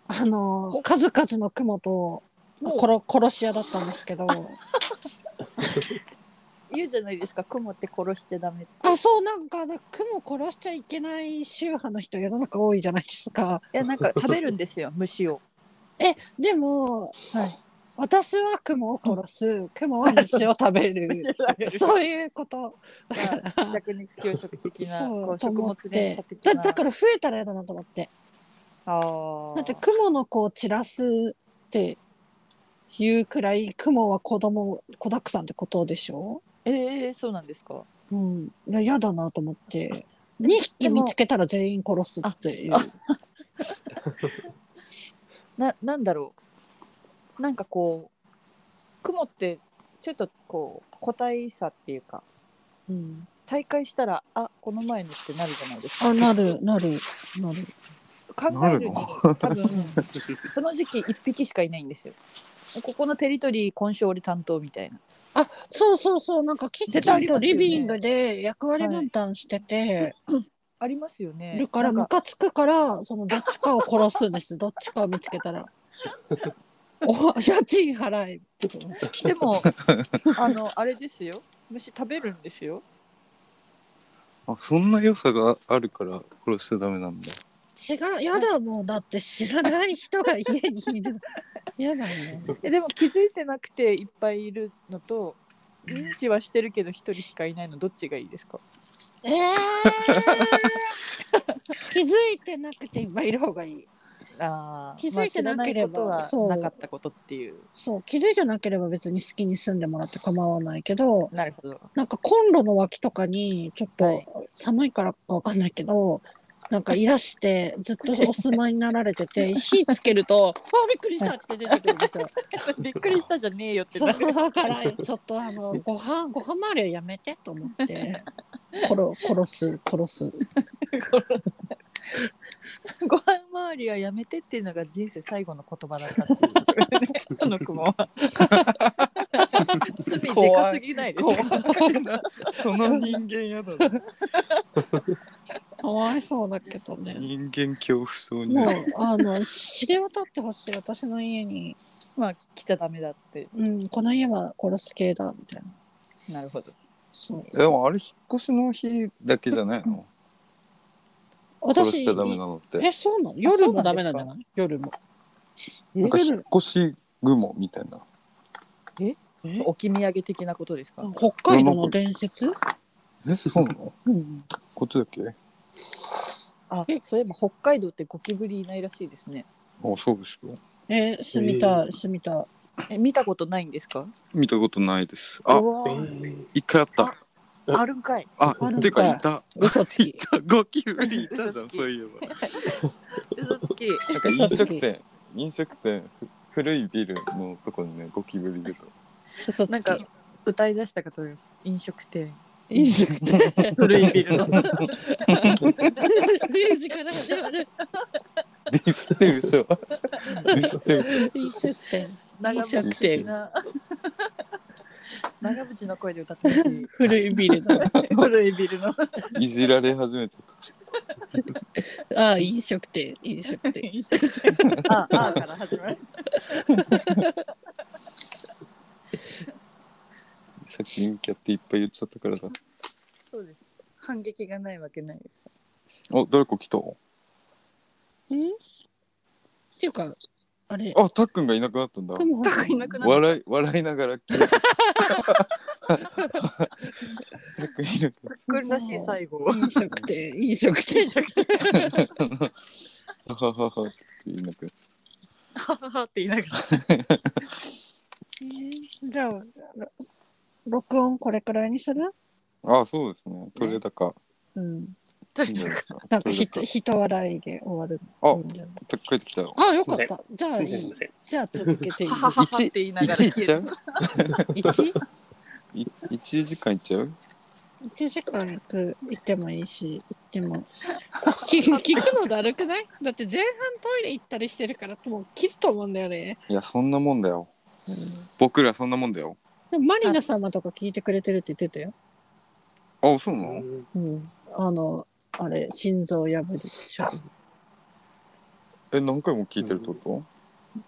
あの数々の雲と
もう
殺殺し屋だったんですけど
言うじゃないですか雲って殺しちゃダメって
あそうなんかだ雲殺しちゃいけない宗派の人世の中多いじゃないですか
いやなんか食べるんですよ 虫を
えでも
はい
私は雲を殺す雲は虫を食べる
虫を食べる
そういうこと
弱肉強食的な
そう
こう
と
食
思っ
物
て
連鎖的
だ
な
だから増えたら嫌だなと思って
あー
だって雲の子を散らすっていうくらい雲は子供子だくさんってことでしょ
ええそうなんですか
うんいや嫌だなと思っ て2匹見つけたら全員殺すっていう
ななんだろうなんかこう雲ってちょっとこう個体差っていうか
うん、
大会したらあこの前のってなるじゃないですか
あなるなるなる
考えるに多分この時期1匹しかいないんですよここのテリトリー今週俺担当みたいな
あそうそうそうなんかキッチンとリビングで役割分担してて、
ありますよね
だから
な
ム
んか
カつくからそのどっちかを殺すん ですどっちかを見つけたらお家賃払え
でもあのあれですよ虫食べるんですよ
あそんな良さがあるから殺しちゃダメなんだ。
知らやだもうだって知らない人が家にい るやだね
えでも気づいてなくていっぱいいるのと認知はしてるけど一人しかいないのどっちがいいですか
えー、気づいてなくて今いる方がいい
あー
気づいてなければ
まあ知らないことはなかったことっていう
そう、気づいてなければ別に好きに住んでもらって構わないけど、
なるほ ど
なんかコンロの脇とかに、ちょっ
はい
と寒いからかわかんないけど、なんかいらして、ずっとお住まいになられてて、火つけると、あ、びっくりしたって出てくるんですよ。
びっくりしたじゃねえよってなる
そうだからちょっとあのご飯ご飯回りはやめてと思って殺殺す殺す
ご飯周りはやめてっていうのが人生最後の言葉だったっていう その雲は罪でかすぎないです
怖
か
いな その人間やだぞ
かわいそうだけどね
人間恐怖症に
も
な
う
る
あの知れ渡ってほしい私の家に、
まあ来ちゃダメだって
うん、この家は殺す系だみたいな
なるほど
そう
でもあれ引っ越しの日だけじゃないの殺し
私
ちゃダメなのって
えそうなの夜もダメなんじゃ
そ
ない夜も
なんか引っ
夜
越し雲みたいな
え
置き土産的なことですか
北海道の伝説、
えそうなの
うん、
こっちだっけあ
あそういえば北海道ってゴキブリいないらしいですね
そうですよ
え住みたい住みたい
え見たことないんですか
見たことないですあ
うわ
え
ー
ー
一回あった
あ
あるんかい
あ
あるんか
て
い
かいた
嘘つ
い
き
たゴキブリいたじゃ
嘘
ん
つき
そういえば
嘘つき
なんか飲食店飲食店ふ古いビルのとこにねゴキブリ出た
嘘
なん
つ
か
き
歌い出したかと思います飲食店
飲食店
古いビル の
ミュージカル始まる
ディステウショディステウショ
飲食店。
長
飲食
渕的
店。
な 長渕の声で歌ってほしい
古いビルだ。
古いビルの
いじられ始めちゃっ
ああ、飲食店、飲食店。
飲食店ああから始まる
たさっき陰キャっていっぱい言っちゃったからさ
そうです反撃がないわけないです
お誰か来た
んっていうか、あれ、
あたっくんがいなくなったんだ
でも
タコいなくなった
笑い笑いながら消 えたたっくんいなくなっ
くんらしい最後
飲食店、飲食店。
たははははつっていなくなっち
はははって言いながら
えーじゃあ、ろ録音これくらいにする
ゃったあそうですね取れ高
うん。
と
いい
に
んじゃ
か
ないですか
なんか
く
取れ
ひ
高
と、ひと笑いで終わる。
あ
うんじゃ
たっくん帰ってきたよ
ああ、よかった。じゃあい
すい
い
ません。
じゃあ続け ていい
は。はははって言いながら
1いっちゃう
一
い一時間いっちゃう
一時間行く行ってもいいし行っても聞聞くのだるくないだって前半トイレ行ったりしてるからもう切ると思うんだよね、
いやそんなもんだよ僕らそんなもんだよ
でもマリナ様とか聞いてくれてるって言ってたよ
あそうな
う
の
ん
うんあのあれ心臓破りでしょ
え何回も聞いてるってこと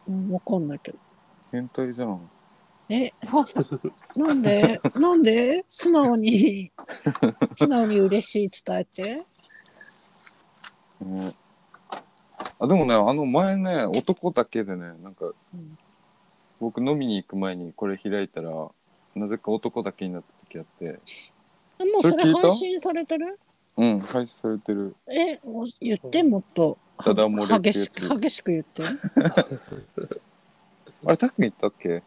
うんわかんないけど
変態じゃん
えそうなん でなんで素直に素直に嬉しい伝えて
ねあでもねあの前ね男だけでねなんか、
うん
僕飲みに行く前にこれ開いたらなぜか男だけになった時あって
もう
それ
それ
聞いた
配信されてる
うん開始されてる
えもう言ってもっと
ただ漏れてる
激しく激しく言って
あれタックン行ったっけ
え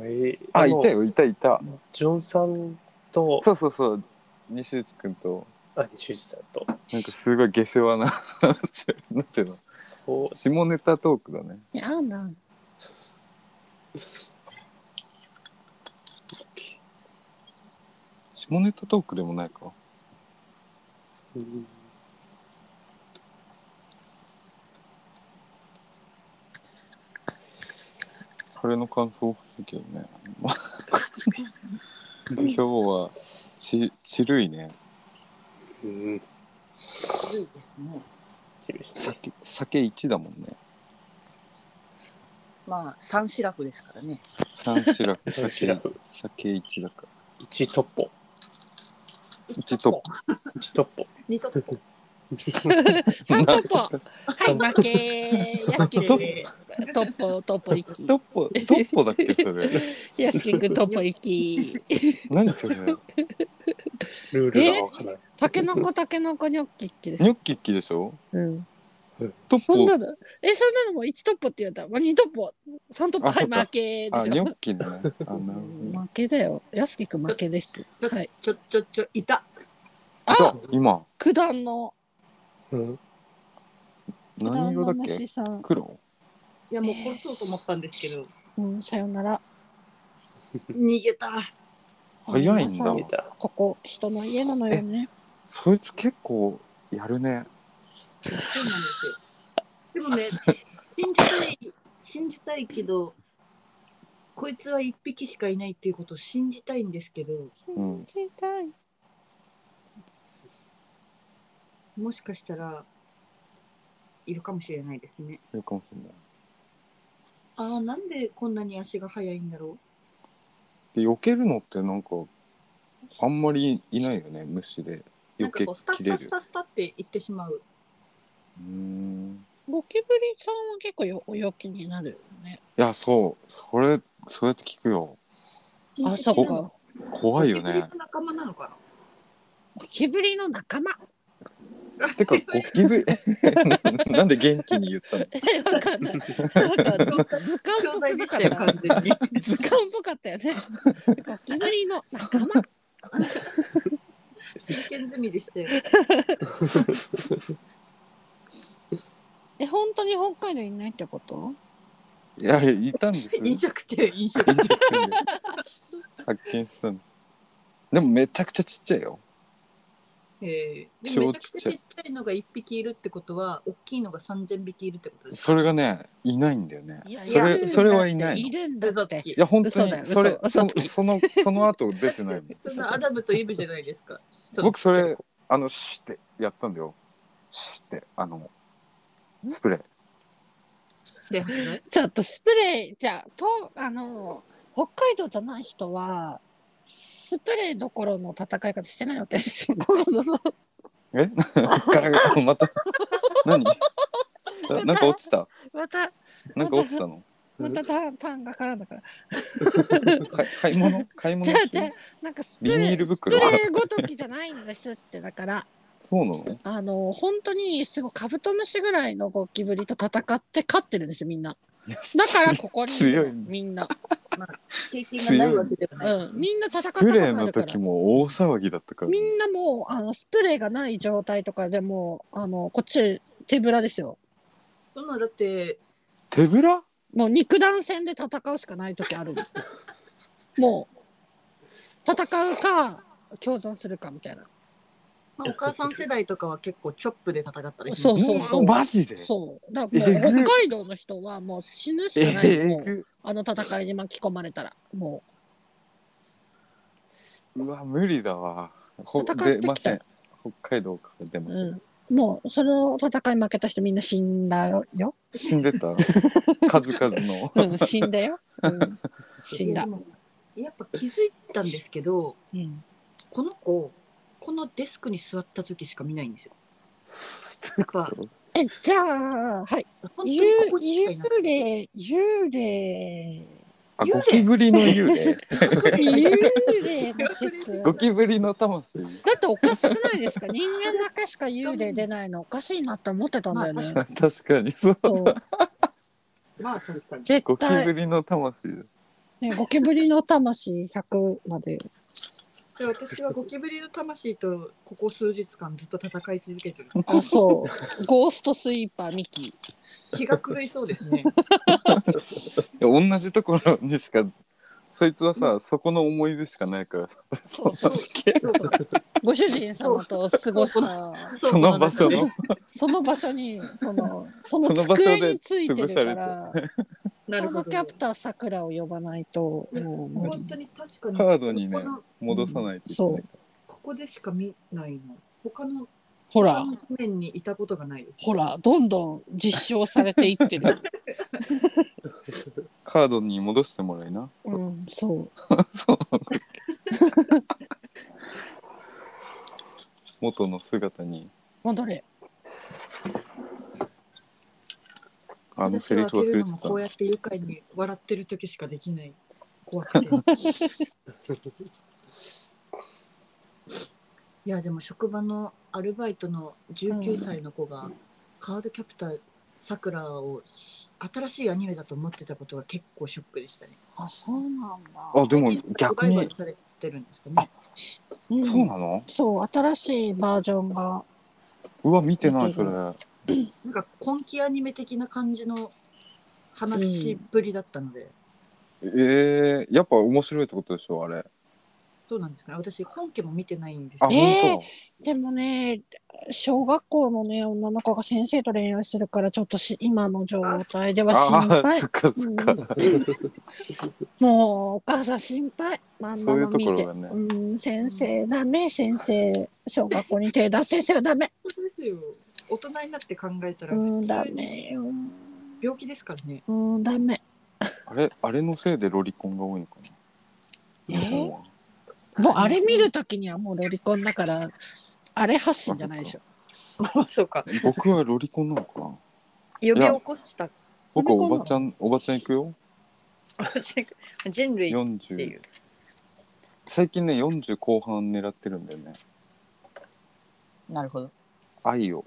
ー
あ
あ
い
の
たよいたいた
ジョンさんと、
そうそうそう西内くんと
あ、西内さんと、
なんかすごい下世話な話なんていうの
そう、
下ネタトークだね
やだ
下ネタトークでもないか
うん
これの感想欲しいけど ね今日はちちるいね
うん、
古いですね
厳しい
酒酒1だもんね
まあサンシラフですからね
三シラフ
三シラフ
酒一だから
一トッポ、
一ト
一トッ ポ。
二トップ
三トッポ。はい、負け。やすきく
ト
ん
ッ
トッポ、トッポ行
ッポトッポだっけそ れ
き。やすきくんトッポ行き。
何それニョ
ルールがわからない。
たけのこ、たけのこニョッキッキです。
ッキッキでしょ
うん。
ト
そん
ッ
なの、え、そんなのも1トップって言うんだ。まあ、2トップ、3トップ、
あ
はい、
そっか
負け
プあ
でし
ニョ
ょ。
ッキねあなるほ
負けだよ。やすきくん負けです。はい。
ちょちょちょいた
ど
あ
あ今
九段の、
うん
九
何
段
色
の
だっけ
虫さん。
黒
いやもう殺そうと思ったんですけど
うん、さよなら。
逃げた
早いん
あ
だ
の
見
さ
た
ここ、人の家なのよね。
そいつ結構やるね
そうなんですよ。でも ね、信じたい、信じたいけど、こいつは一匹しかいないっていうことを信じたいんですけど、
ん
信じたい。
もしかしたら、いるかもしれないですね。
いるかもしれない
ああ、なんでこんなに足が速いんだろ
で避けるのってなんかあんまりいないよね虫で
う。
避
なんか
け
こう、スタ
き
ス
れ
タ
る
スタスタって言ってしまう。
うーん
ゴキブリさんは結構よお陽気になるよね。
いやそうそれそうやって聞くよ
あ、そっか。
怖いよね
仲間なの か
ゴキブリの 仲間。
な。
てかゴキブリ なんで元気に言ったの
え、わかんない。なんか図
兄
鑑っぽく
弟で
な
し
かった。
たよ、完全に。
図鑑っぽかったよね。ゴキブリの仲間。
真剣済みでしたよ。
え、本当に北海道いないってこと
いやいたんです
飲食店、飲食
飲食店で発見したんですでもめちゃくちゃちっちゃいよ
えー、で
超
もめちゃくち
ち
ゃ
っちゃ
ち
い
っちゃいのが1匹いるってことは大きいのが3000匹いるってことですか
それがねいないんだよね
いや
そ
いるんだって
れそれはいないの
い
い
るんだ
嘘
っ
つ
て。
き
や本当
嘘だよ
にそれ
嘘
そ
嘘つき
そのその後出てないもん
そんなアダムとイブじゃないですか
僕それあのシュッてやったんだよシュッてあのスプレー
制覇しない
ちょっとスプレー、じゃあ、と、あの、北海道じゃない人は、スプレーどころの戦い方してないわけで すよ。今度そう
え ガラガラまた 何ななんか落ちた
また、
なんか落ちたの
またターン、ターンがからだから。
か買い物買い物
じゃあ、じゃあ、なんかスプレ
ビニー
ー、
ル
スプ
袋
レーごときじゃないんですって、だから、
そうなの
あの、本当にすごいカブトムシぐらいのゴキブリと戦って勝ってるんですよ、みんな。だからここにい
強
る
い
の、みんな。
経験がないわけではないで
う
す
ん、みんな戦った
ス
こと
プレー
あ
の
るから
時。も大騒ぎだったから
みんなもうあのスプレーがない状態とかでもうあのこっち手ぶらですよ
そんなだって
手ぶら
もう肉弾戦で戦うしかない時あ るもう戦うか共存するかみたいな
まあお母さん世代とかは結構チョップで戦ったりし
そう
ます
そうそう
うわマジで
そうだからもう
えぐい
北海道の人はもう死ぬしかない、
え
もう
ぐ
あの戦いに巻き込まれたらも
うわ無理だわほ
戦ってきた
出ません北海道から出ま
う、
せん、
うん、もうその戦い負けた人みんな死んだよ、
死んで た数々の
うん、死んだよ、うん、死ん
い
だ
やで、もやっぱ気づいたんですけど
うん、
この子このデスクに座った時しか見ない んですよなんか
えじゃあはい
本当に
幽
ここにしかいない
幽霊幽霊
あ
幽霊
ゴキブリの幽霊
幽霊 の説だ
ゴキブリの魂
っておかしくないですか人間だけしか幽霊出ないのおかしいなって思ってたんだよね、
ま
確かにそう
そう
まあ確か
ゴ
に
キ
絶
ブ
対
リの魂
ねゴキブリの魂100まで
で私はゴキブリの魂とここ数日間ずっと戦い続 けてる
あそうゴーストスイーパーミキ
気が狂いそうで すね
いや同じところにしかそいつはさそこの思い出しかないからさ
そうそうご主人様と過ごした
その場所の
その場 所にそのその
その場所で
机についてるから
な
カー
るほ
ド
ど
キャプターさくらを呼ばないともう無理
本当に確かに
カードにね
ここの
戻さないといけないから
ここでしか見ないの他の
ほ
他
ら
の地面にいたことがないです
ほらどんどん実証されて いってる
カードに戻してもらい な
うんそう
そう元の姿に
戻れ
あのセリフ忘れて
こうや
た
って愉快に笑ってる時しかできない怖くて いやでも職場のアルバイトの19歳の子がカードキャプターさくらをし新しいアニメだと思ってたことが結構ショックでしたね。
あ、そうなんだ。
あでも逆に
リバイバルされてるんですかね。
うん
そうなの
そう、新しいバージョンが。
うわ見てないそれ
なんか今季アニメ的な感じの話しぶりだったので、
えー、やっぱ面白いってことでしょあれ
そうなんですかね。私本家も見てないんです
あ
よ。
えー
本
でもね、小学校のね、女の子が先生と恋愛するから、ちょっとし今の状態で
当
は心
ああ
配
そ。っかそっか、
もうお母さん心配。漫
そ
画
うい
の
うと
見
こ
て。
ろ
う
がね
ん、先生ダメ、先生、小学校に手出す先生はダメ。
そうですよ。大人になって考えたら
う
普
ん、ダ
通に
メよ。
病気ですからね。
うん、ダメ。
あれあれのせいでロリコンが多いのか
え
な日 本は
もうあれ見るときにはもうロリコンだから、あれ発信じゃないでしょ。
あそうか。
僕はロリコンなのかな
呼び起こした
僕はおばちゃんおばちゃん行くよ
人類っ
40
ていう。
最近ね40後半狙ってるんだよね
なるほど。
愛を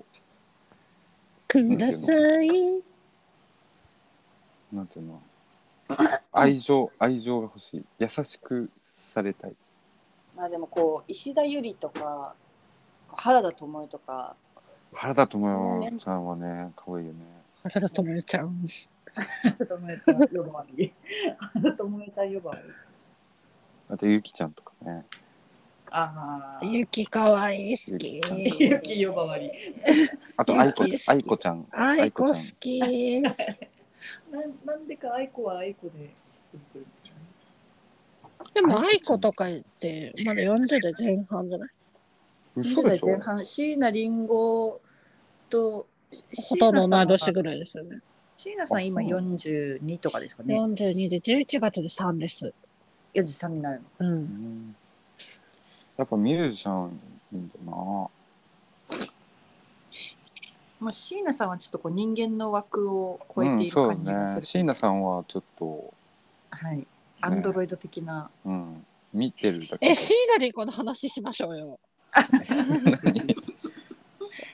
ください。
なんていう の愛情愛情が欲しい優しくされたい
まあでもこう石田ゆりとか原田智恵とか
原田知
そうね
世さんはね可愛いよね
原田智代ちゃん。
原田智恵ちゃん呼ばわり。原田智恵ちゃん呼ばわり。
あとゆきちゃんとかね
ああ。
ゆきかわいい好き。
ゆき呼ばわり。
あと愛子
ゆき好き
愛子ちゃん
あいこ好き。
なんなんでか愛子は愛子で。
でも、あいことか言って、まだ40代前半じゃない
嘘で
20代
し
前
ょ
半、椎名林檎と。
ほとんど同い年
椎
ぐらいですよね。
名さん今42とかですかね。
42で11月で3です。
43になるの。
うん
う。んやっぱミュージシャンいいんだな
まあ、椎名さんはちょっとこう人間の枠を超え
う
て
ん
いる
そう
感じ
だ
がす
ね
る。
椎名さんはちょっと
はい。アンドロイド的な。
うん見てるだけ
え、シーナリンこの話しましょ うよ。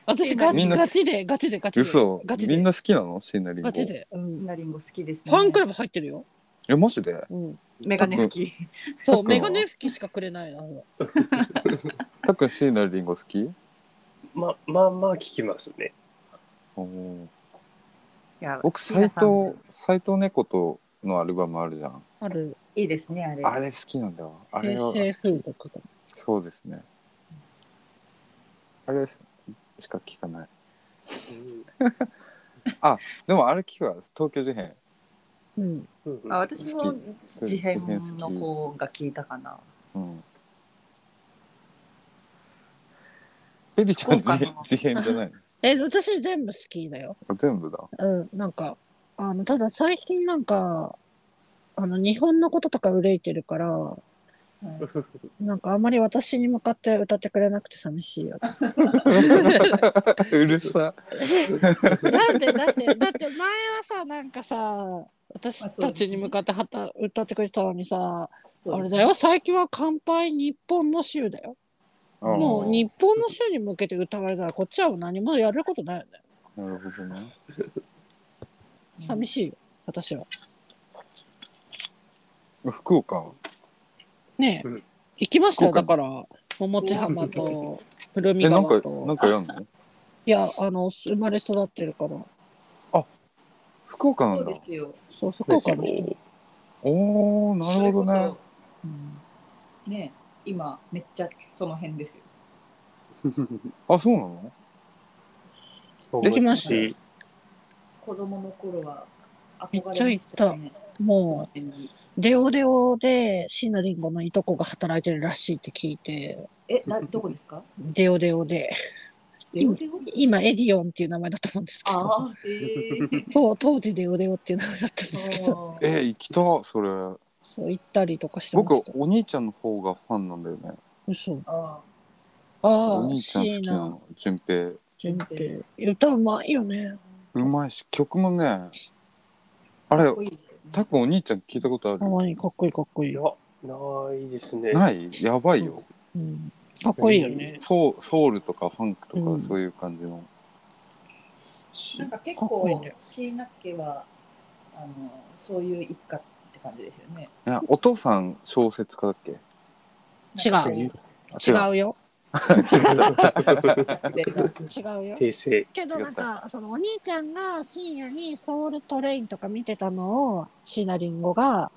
私ガ
み
チ
んな
ガチでガチでガチで
嘘
ガチ
みん
で
な好きなの椎名林
ガチ
檎
で、うん、
椎名林檎好きです
フ
ね。
ァンクラブ入ってるよ、
えマジで
うん、
メガネ拭き。
そうメガネ拭きしかくれないな
たっくん椎名林檎好き
ままあまあ聞きますね。
おー
いや
僕
椎名
斎
さん
藤斎藤猫とのアルバムあるじゃん
ある
いいですね、あれ。
あれ好きなんだよあれ
平
は
成風俗とか
そうですねあれしか聞かないでもあれ聞くわ東京事変
うん
うんうん
あ私も事変の
好き
方が聞いたかな。
うんペリちゃん
福岡の
事変じゃない
え私全部好きだよ、
の全部 だ
うん、なんかあのただ最近なんかあの日本のこととか憂いてるから なんかあんまり私に向かって歌ってくれなくて寂しいよ
うるさ
なんでだってだって前はさなんかさ私たちに向かってはた歌ってくれてたのにさあれだよ最近は「乾杯日本の週」だよ
うん
もう日本の週に向けて歌われたらこっちはもう何もやることないよね
なるほどね
寂
しい。
しいよ私は
福岡は
ねえ
うん
行きましたよ
福
だ
岡
から桃地浜と古見
えなんかな
川と
んかやんの
いやあの生まれ育ってるから
福岡な
そ
ん
う
だ
ですよ。
そう福岡の人
おおなるほどね
うん。ねえ今めっちゃその辺ですよ。
あそうなの
できました
友達
子供の頃は
めっ
憧
ちゃ
れま
行っ
したたね。
もうデオデオで椎名林檎のいとこが働いてるらしいって聞いて
え、などこですか？
デオデオで
デオデオ
今エディオンっていう名前だと思うんですけど
ああ、へえ。
そう当時デオデオっていう名前だったんですけど
あー
え行きたそれ
そう行ったりとかしてま
僕
した
お兄ちゃんの方がファンなんだよね
嘘
あ
お
ああ
兄ちゃん
椎
好きな
名
の順平
純平歌うまいよね
うまいし曲もねあ
ー。か
れ
っこいいですよね
たっくんお兄ちゃん聞いたことある
かわいいかっこいいかっこいい
いや
よ、
ないですね。
ないやばいよ、
うん、かっこいいよね
ソウソウルとかファンクと
うん
かそういう感じの、
なんか結
かっこいい
構
ね
椎名家はあのそういう一家って感じですよね。
いやお父さん小説家だっけ
違う
あ違う
違うよ。違うよ。
訂正。
けどなんか、そのお兄ちゃんが深夜にソウルトレインとか見てたのを、シナリンゴが、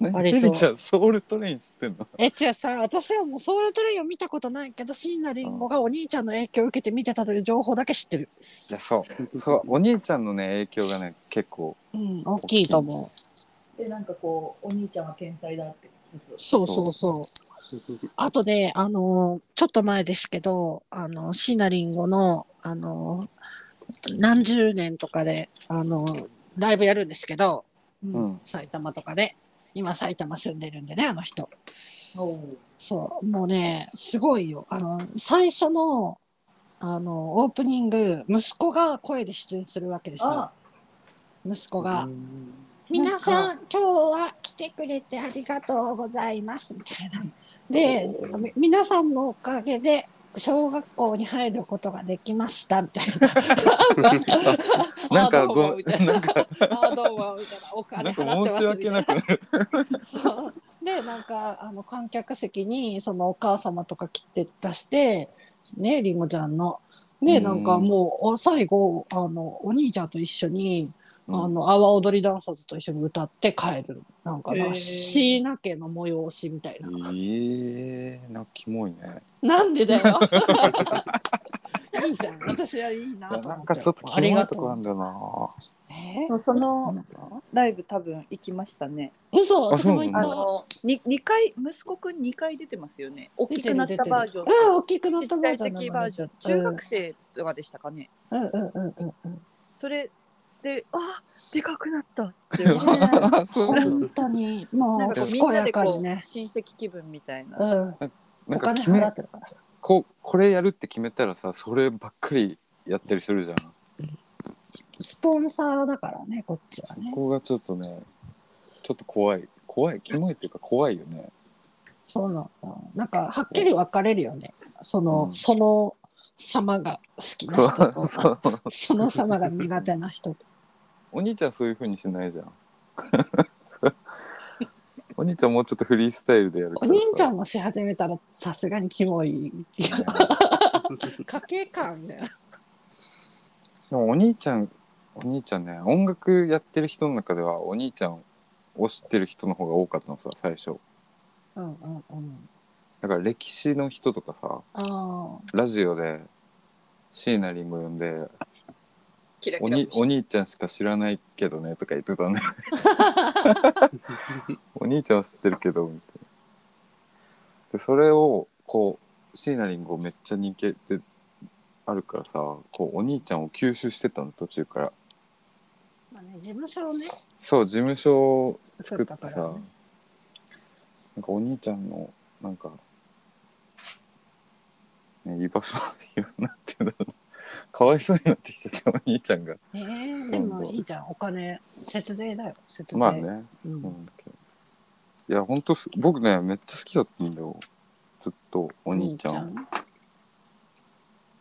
何
割
ケ
と
リちゃんソウルトレイン知ってんの
え、違うさ、私はもうソウルトレインを見たことないけど、シナリンゴがお兄ちゃんの影響を受けて見てたという情報だけ知ってる。
いやそうそうお兄ちゃんのね影響がね結構
うん、大きいと思う。
でなんかこうお兄ちゃんは天才だってずっと
そうそうそう。あとで、あのーちょっと前ですけど、あの、シナリンゴの、あのー何十年とかで、あのーライブやるんですけど、
う
うん
ん
埼玉とかで。今埼玉住んでるんでね、あの人。
おう
そう、もうね、すごいよ。あの、最初の、あの、オープニング、息子が声で出演するわけですよ
あ。
息子が。
皆
皆
さ
さん、今日は来てくれてありがとうございます、みたいな。で、み皆さんのおかげで、小学校に入ることができました、みたい
な
な。
ん
あ
か
どう
ご
も
め
み
ん
たい
なんか
ああ、どうも、みたいな。お金
な
払
んか
ってます、み
申し訳
たいな
な。くなる
でなんかあの観客席にそのお母様とか来てらしてねりんごちゃんの。
う
で
ん
なんかもうお最後あのお兄ちゃんと一緒にあ
うん
の阿波踊りダンサーズと一緒に歌って帰るなんか
へー
な椎名家の催しみたいな。
ええなキモいね
なんでだよいいじゃん私はいいなと思って
なんかちょっと
あ
キ
り
モい
が
と
と
こあ
う。
んだよ
え
んそ
なな
の
んか
ライブ多分行きましたね。
嘘
あ
私
そう
も行っ
な
あ
んだ
た。
のに二回息子くん二回出てますよね。大きくなったバージョン。
うん、大きくな
ち
っ
ったちゃい
な
時
の
バージョン。中学生とかでしたかね。
うんうんうんうんうん。
それで、あ、でかくなったって思 って。
あそう
本当に、
な
も
んか
う、
こうみ
健
んな
や
で
かに
こう
ね。
親戚気分みたいな。
うん、
な
お
んか
金
決
払
め
ってるから。
こうこれやるって決めたらさそればっかりやったりするじゃん
スポンサーだからね、こっちは
そ
ね。
こがちょっとねちょっと怖い怖いキモいっていうか怖いよね
そうなんだ。なんか、はっきり分かれるよね。その、
うん
その様が好きな
そう
人と、
そ
そうの様が苦手な人 と。
お兄ちゃんそういう風にしないじゃ んお兄ちゃんもうちょっとフリースタイルでやる
お兄ちゃ
ん
んもし始めたら、さすがにキ モい。家計感ね。
でもお兄ちゃんお兄ちゃんね音楽やってる人の中ではお兄ちゃんを知ってる人の方が多かったのさ最初
うんうんうん。
だから歴史の人とかさ
あ
ラジオで椎名林檎呼んで
キラ
お
キラ
にお兄ちゃんしか知らないけどねとか言ってたねお兄ちゃんは知ってるけどみたいなでそれをこう椎名林檎めっちゃ人気であるからさこうお兄ちゃんを吸収してたの途中から
あ。まあね、事務所をね、
そう事務所を
作
作
っ
ったた
か
さ、
ら、ね。
なんかお兄ちゃんのなんか、ね、居場所なんていうんだろうな かわいそうになってきちゃったお兄ちゃんが
えー、でもいいじゃん、お金、節税だよ、節税。
まあね
うん
うんいや本当僕ねめっちゃ好きだったんだよずっとお兄ちゃん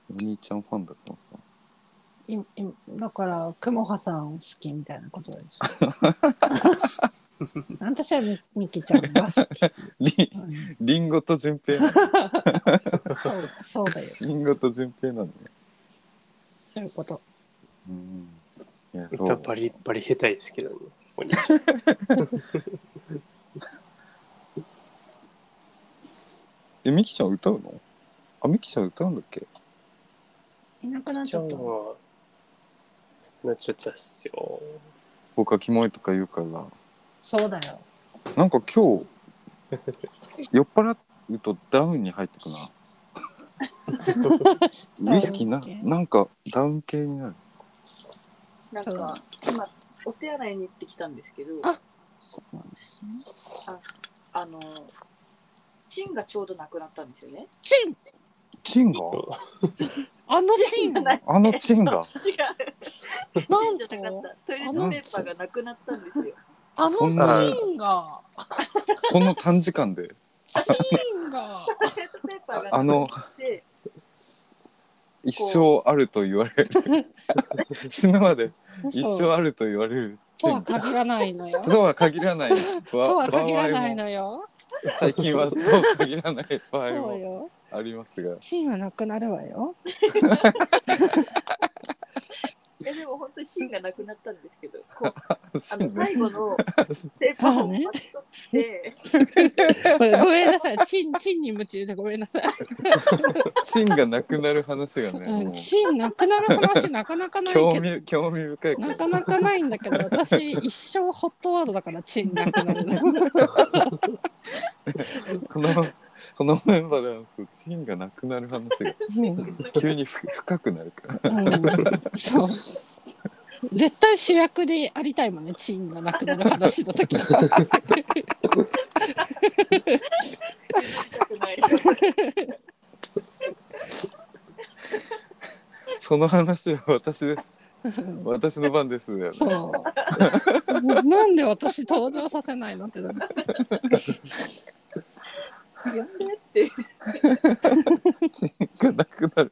お兄ち
ん
ゃんファンだったのさ
いいだから、くもはさんを好きみたいなことでしょ。私はみみきちゃんが好き。
り
うん
りんごと順平なの
そうそうだよ。
りんごと順平なのね
そういうこと。
うんいや
歌
そう
バリバリ下手ですけどね。
えみきちゃん歌うのあみきちゃん歌うんだっけ
いなくなっち
ちゃ
ゃっ
ん
た。
はなっちゃったっすよ。
僕はキモいとか言うから
そうだよ。
なんか今日酔っ払うとダウンに入ってく なウイスキーな
ダウン系
なんかダウン系になる
なん
そう
か今お手洗いに行ってきたんですけど、
あ
あ
そうなんですね。
のチンがちょうどなくなったんですよね。
チン
チンが
あのチン
ない。
あのチン
違う
が。
チンじゃなかった。トイレッ
なんと
トペーパーがなくなったんですよ。
あの
そんな
チンが
この短時間で
チンが
トイレットペーパーがなくなって、
一生あると言わ れる死ぬまで一
嘘
生あると言われる
とは限らないのよ。
とは限らないと
とは限らないのよ。
最近はと限らない場合
そう
も
よ。
ありますが
チームなくなるわよ。
いやでも本当に芯がなくなったんです けど、こうあ
そう
の
ね
最 後のテーパーを取って、
ごめんなさい。チン、チンに夢中でごめんなさい。
芯がなくなる話がね、
う
も
ん、
う
チンなくなる話なかなかないけ
興
ど。
味興味深い
なかなかないんだ けど、私一生ホットワードだからチンなくな るの。
このこのメンバーで話すと芯がなくなる話
うん
が急にふ深くなるから
うんそう。絶対主役でありたいもんね、チンがなくなる話の時。
痛くない。
その話は私です私の番ですよね
そう。なんで私登場させないのってなる。
やめてって。
芯がなくなる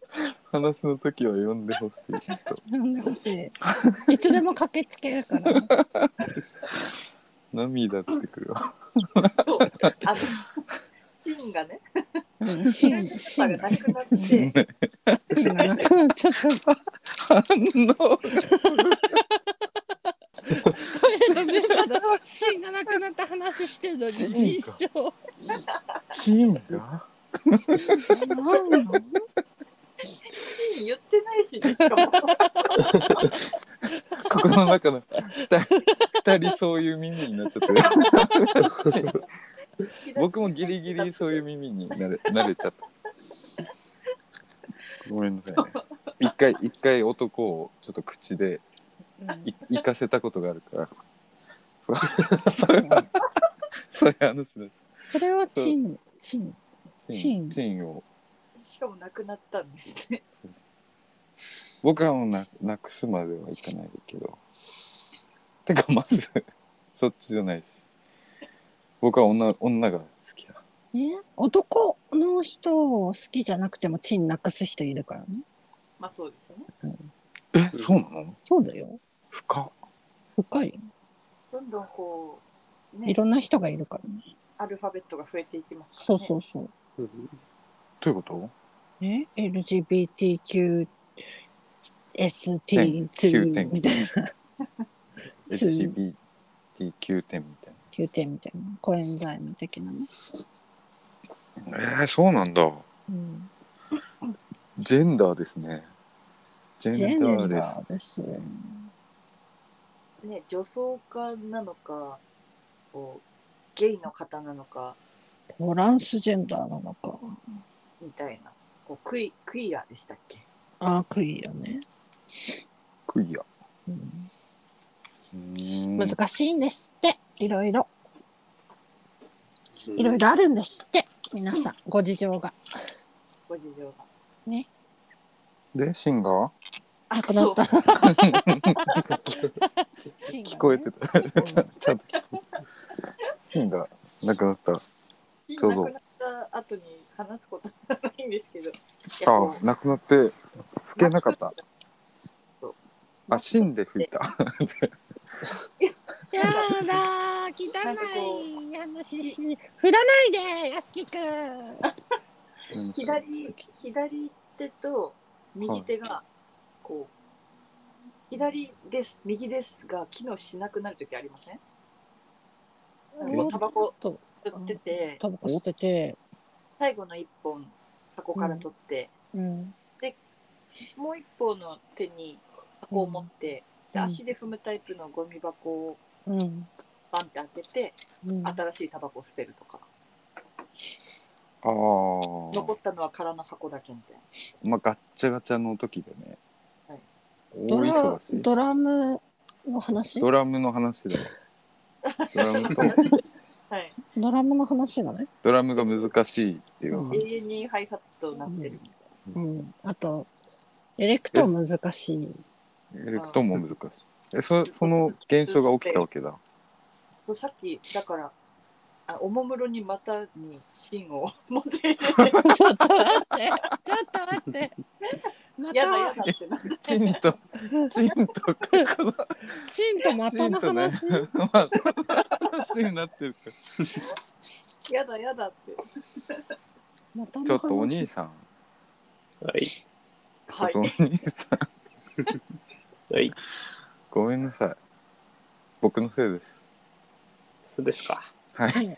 話の時は呼んでほしいと
なんで欲しい。いつでも駆けつけるから。
涙出てくるわ
あの芯がね、
うん、シン、シ
芯
ン
が。なくなって、
シンがなくなっちゃった。
反応
トイレとベッドでシンがなくなった話してるのに
シンか
実証。
芯 が
なんの
芯言ってないし、ね、しかも。
心の中の二人二人そういう耳になっちゃってる僕もギリギリそういう耳になれ 慣れちゃった。ごめんなさ い。一回一回男をちょっと口でい行かせたことがあるから。 そうそういうそういう話だ。
それはチン、チン。チン
チンを
しかもなくなったんですね。
僕はもうななくすまではいかないけど。てかまず そっちじゃないし。僕は女女が好きだ。
え男の人を好きじゃなくてもチンなくす人いるからね。
まあそうですね。
えそうなの？
そうだよ。
深っ。
深いよ。
どんどんこう、
い
ね、
ろんな人がいるからね。
アルファベットが増えていきますか
そ
ら、
う
ね。
そうそう。
うん
どういうこと？
え ?LGBTQ、ST2 みたいな。つ
LGBTQ 点みたいな。
9点みたいな。コエンザイム的なね。
えー、そうなんだ。
うん、
ジェンダーですね。ジ
ジ
ェ
ェ
ン
ン
ダ
ダ
ーです。
ーです。
ね、女装家なのか、こうゲイの方なのか、
トランスジェンダーなのか。
みたいな。こうクイクイアでしたっけ
あークイアね、
クイア。
うん
うーん
難しいんですって。いろいろ。いろいろあるんですって。皆さん、ご事情が。
ご事情が。
で、シンが
あ、くなった。
聞
聞
こえてた。ちゃんと聞こえてた。シンが亡くなった。
死
どうぞ
なくなった後に話すことはないんですけど。いや
あ
こ、う
亡くなって、老けなかった。あ、シンで吹いた。
やだー、
なんかこ
汚い話し、振らないで、やすきくん。
左左手と右手がこう、左です右ですが機能しなくなる時ありませんなんか
お
タバコ
と、
吸ってて
タバコ吸ってて、
最後の1本箱から取って、
うん、
もう1本の手に箱を持って、で
うん
足で踏むタイプのゴミ箱を
うん、
バンって当てて、
うん、
新しいタバコを捨てるとか
ああ
残。ったのは空の箱だけみたいな
まあ、ガッチャガチャの時でね。
はい
大
ドラ
忙、しい。
ドラム
ドラ
の話
ムの話だよ。ドラムと、
はい、
ドラムの話だね。
ドラムが難しいっていう話。
永遠にハイハットになってるみたいな
うん、あと、エレクトーン難 しい。
エレクトーンも難しい。え、そその現象が起きたわけ だ。
これさっきだからあおもむろにまたに芯を持って
ちょっと待って、ちょっと待って。ま
やだや
た
だってなって
チン とチンとここの
チンとまたの話、
チンとねまたの話になってる から
やだやだって
またの話
ちょっとお兄さん
はい。
ちょ
は
っ
い
とお兄さん
はい。
ごめんなさい僕のせいです
そうですか。
はい
はい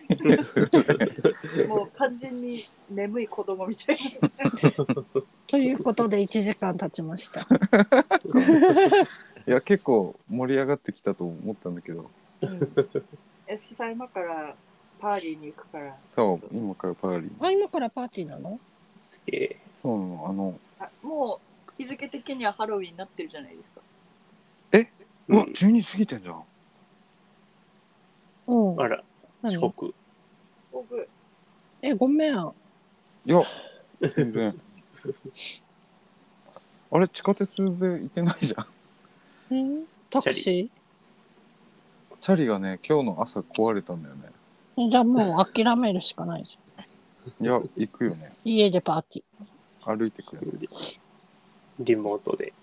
もう完全に眠い子供みたい
ということで1時間経ちました
いや結構盛り上がってきたと思ったんだけど
な 屋敷さん今からパーリーに行くから
そう今からパーリー
あ今からパーティーなの
すげえ。
そうなのあの
あもう日付的にはハロウィンになってるじゃないですか
うわ12過ぎてんじゃん
うん
あら、
何
遅刻。
僕
えごめん
いや全然あれ地下鉄で行けないじゃん
うんタクシ
チャリがね今日の朝壊れたんだよね
ーじゃあもう諦めるしかないじゃ
いや行くよね
ん家でパーティー
歩いてくれる
リモートで。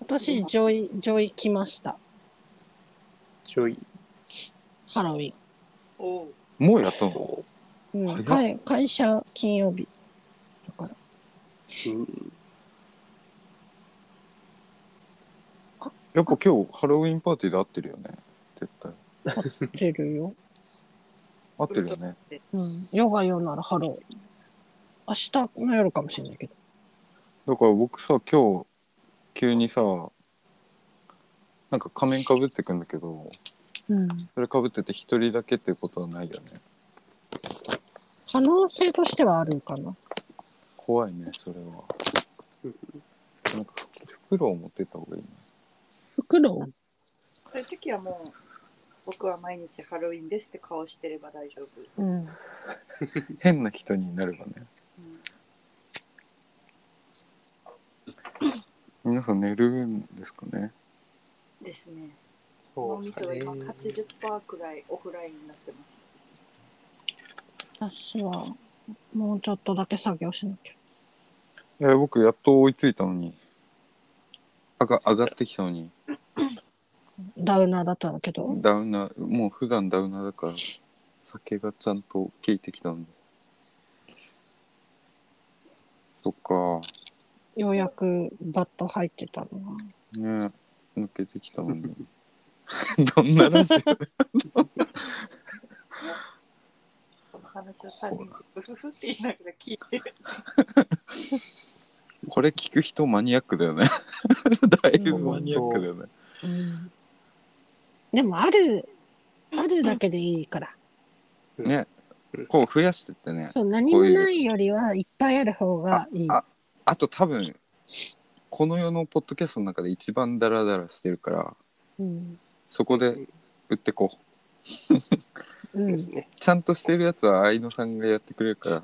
私上位上位来ました
ちょい。
ハロウィン
おう
もうやったの
う
う
早
ん、
っ
会会社金曜日だから
ん。
やっぱ今日ハロウィンパーティーで合ってるよね絶対
来てるよ、
合ってるよね
うん、ヨガ用ならハロウィン明日の夜かもしれないけど
だから僕さ今日急にさなんか仮面かぶってくんだけど
うん
それかぶってて一人だけってことはないよね
可能性としてはあるかな
怖いねそれはなんか袋を持ってった方がいいね
袋を
そういう時はもう僕は毎日ハロウィンですって顔してれば大丈夫、
うん
変な人になればね
うん
皆さん寝るんですかね
ですね
そ
脳
う
み
で
そ
す
は
ね。
今80%くらいオフラインになってます
私はもうちょっとだけ作業しなきゃ
いや僕やっと追いついたのにあが上がってきたのに
ダウナーだったんだけど
ダウナーもう普段ダウナーだから酒がちゃんと効いてきたのにそっか
ようやくバット入ってたのが
ね抜けてきた のにどんなラジオ
この話を3人でブフフって言いながら聞いてる
これ聞く人マニアックだ よねだいぶマニアックだよね
うんでもあるあるだけでいいから
ねこう増やしてってね
そう何もないよりはいっぱいある方がいい
ああと多分この世のポッドキャストの中で一番ダラダラしてるから
うん
そこで売ってこう
う
で
ん
すね。
ちゃんとしてるやつは愛野さんがやってくれるから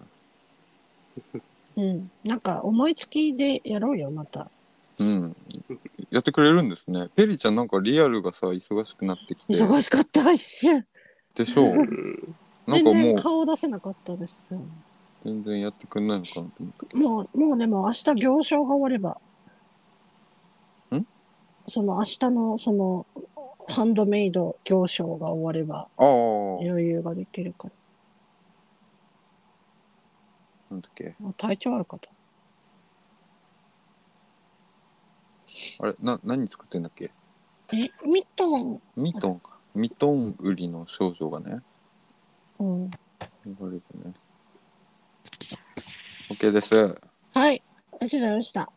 うん、なんか思いつきでやろうよまた
うんやってくれるんですねペリちゃんなんかリアルがさ忙しくなってきて
忙しかった一瞬
でしょう
うん。
なん
全
かも
然
う
顔出せなかったですよ
全然やってくれないのかなと思った
もうもうでも明日行商が終われば
ん
その明日のそのハンドメイド行商が終われば
ああ
余裕ができるか
なんだっけ
らあ体調悪かった
あれな何作ってんだっけ
えミットン、
ミトンかミトン売りの少女がね
うん、
言われてね OK ですすい
はいありがとうございました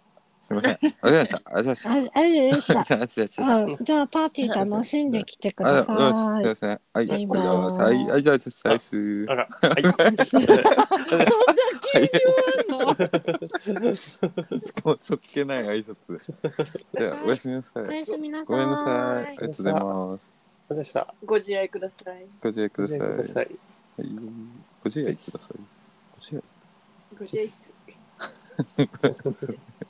ませんありがとうございましたありがとうございました
あありがと
ありがとうございまし
うございました
た
あじゃあパーティー楽しんできてく
あり
だ
がとうございま
さ
す
い。
はい、ありがとうございます。
バ
は
イ
い、
バイ
ありがとうございます。
あら、 はい。
そんな急に終わんの
しかもそっけない挨拶。じゃあおやすみなさ
お
い。
やすみなさ
ご
い。
めんなさい。ありがとうございます。
どうでした。
ご自愛ください
ご自愛く
ご
だ
自
さい。
愛ください。
はいご自愛ください。ご自愛。
ご自愛
す
ご自愛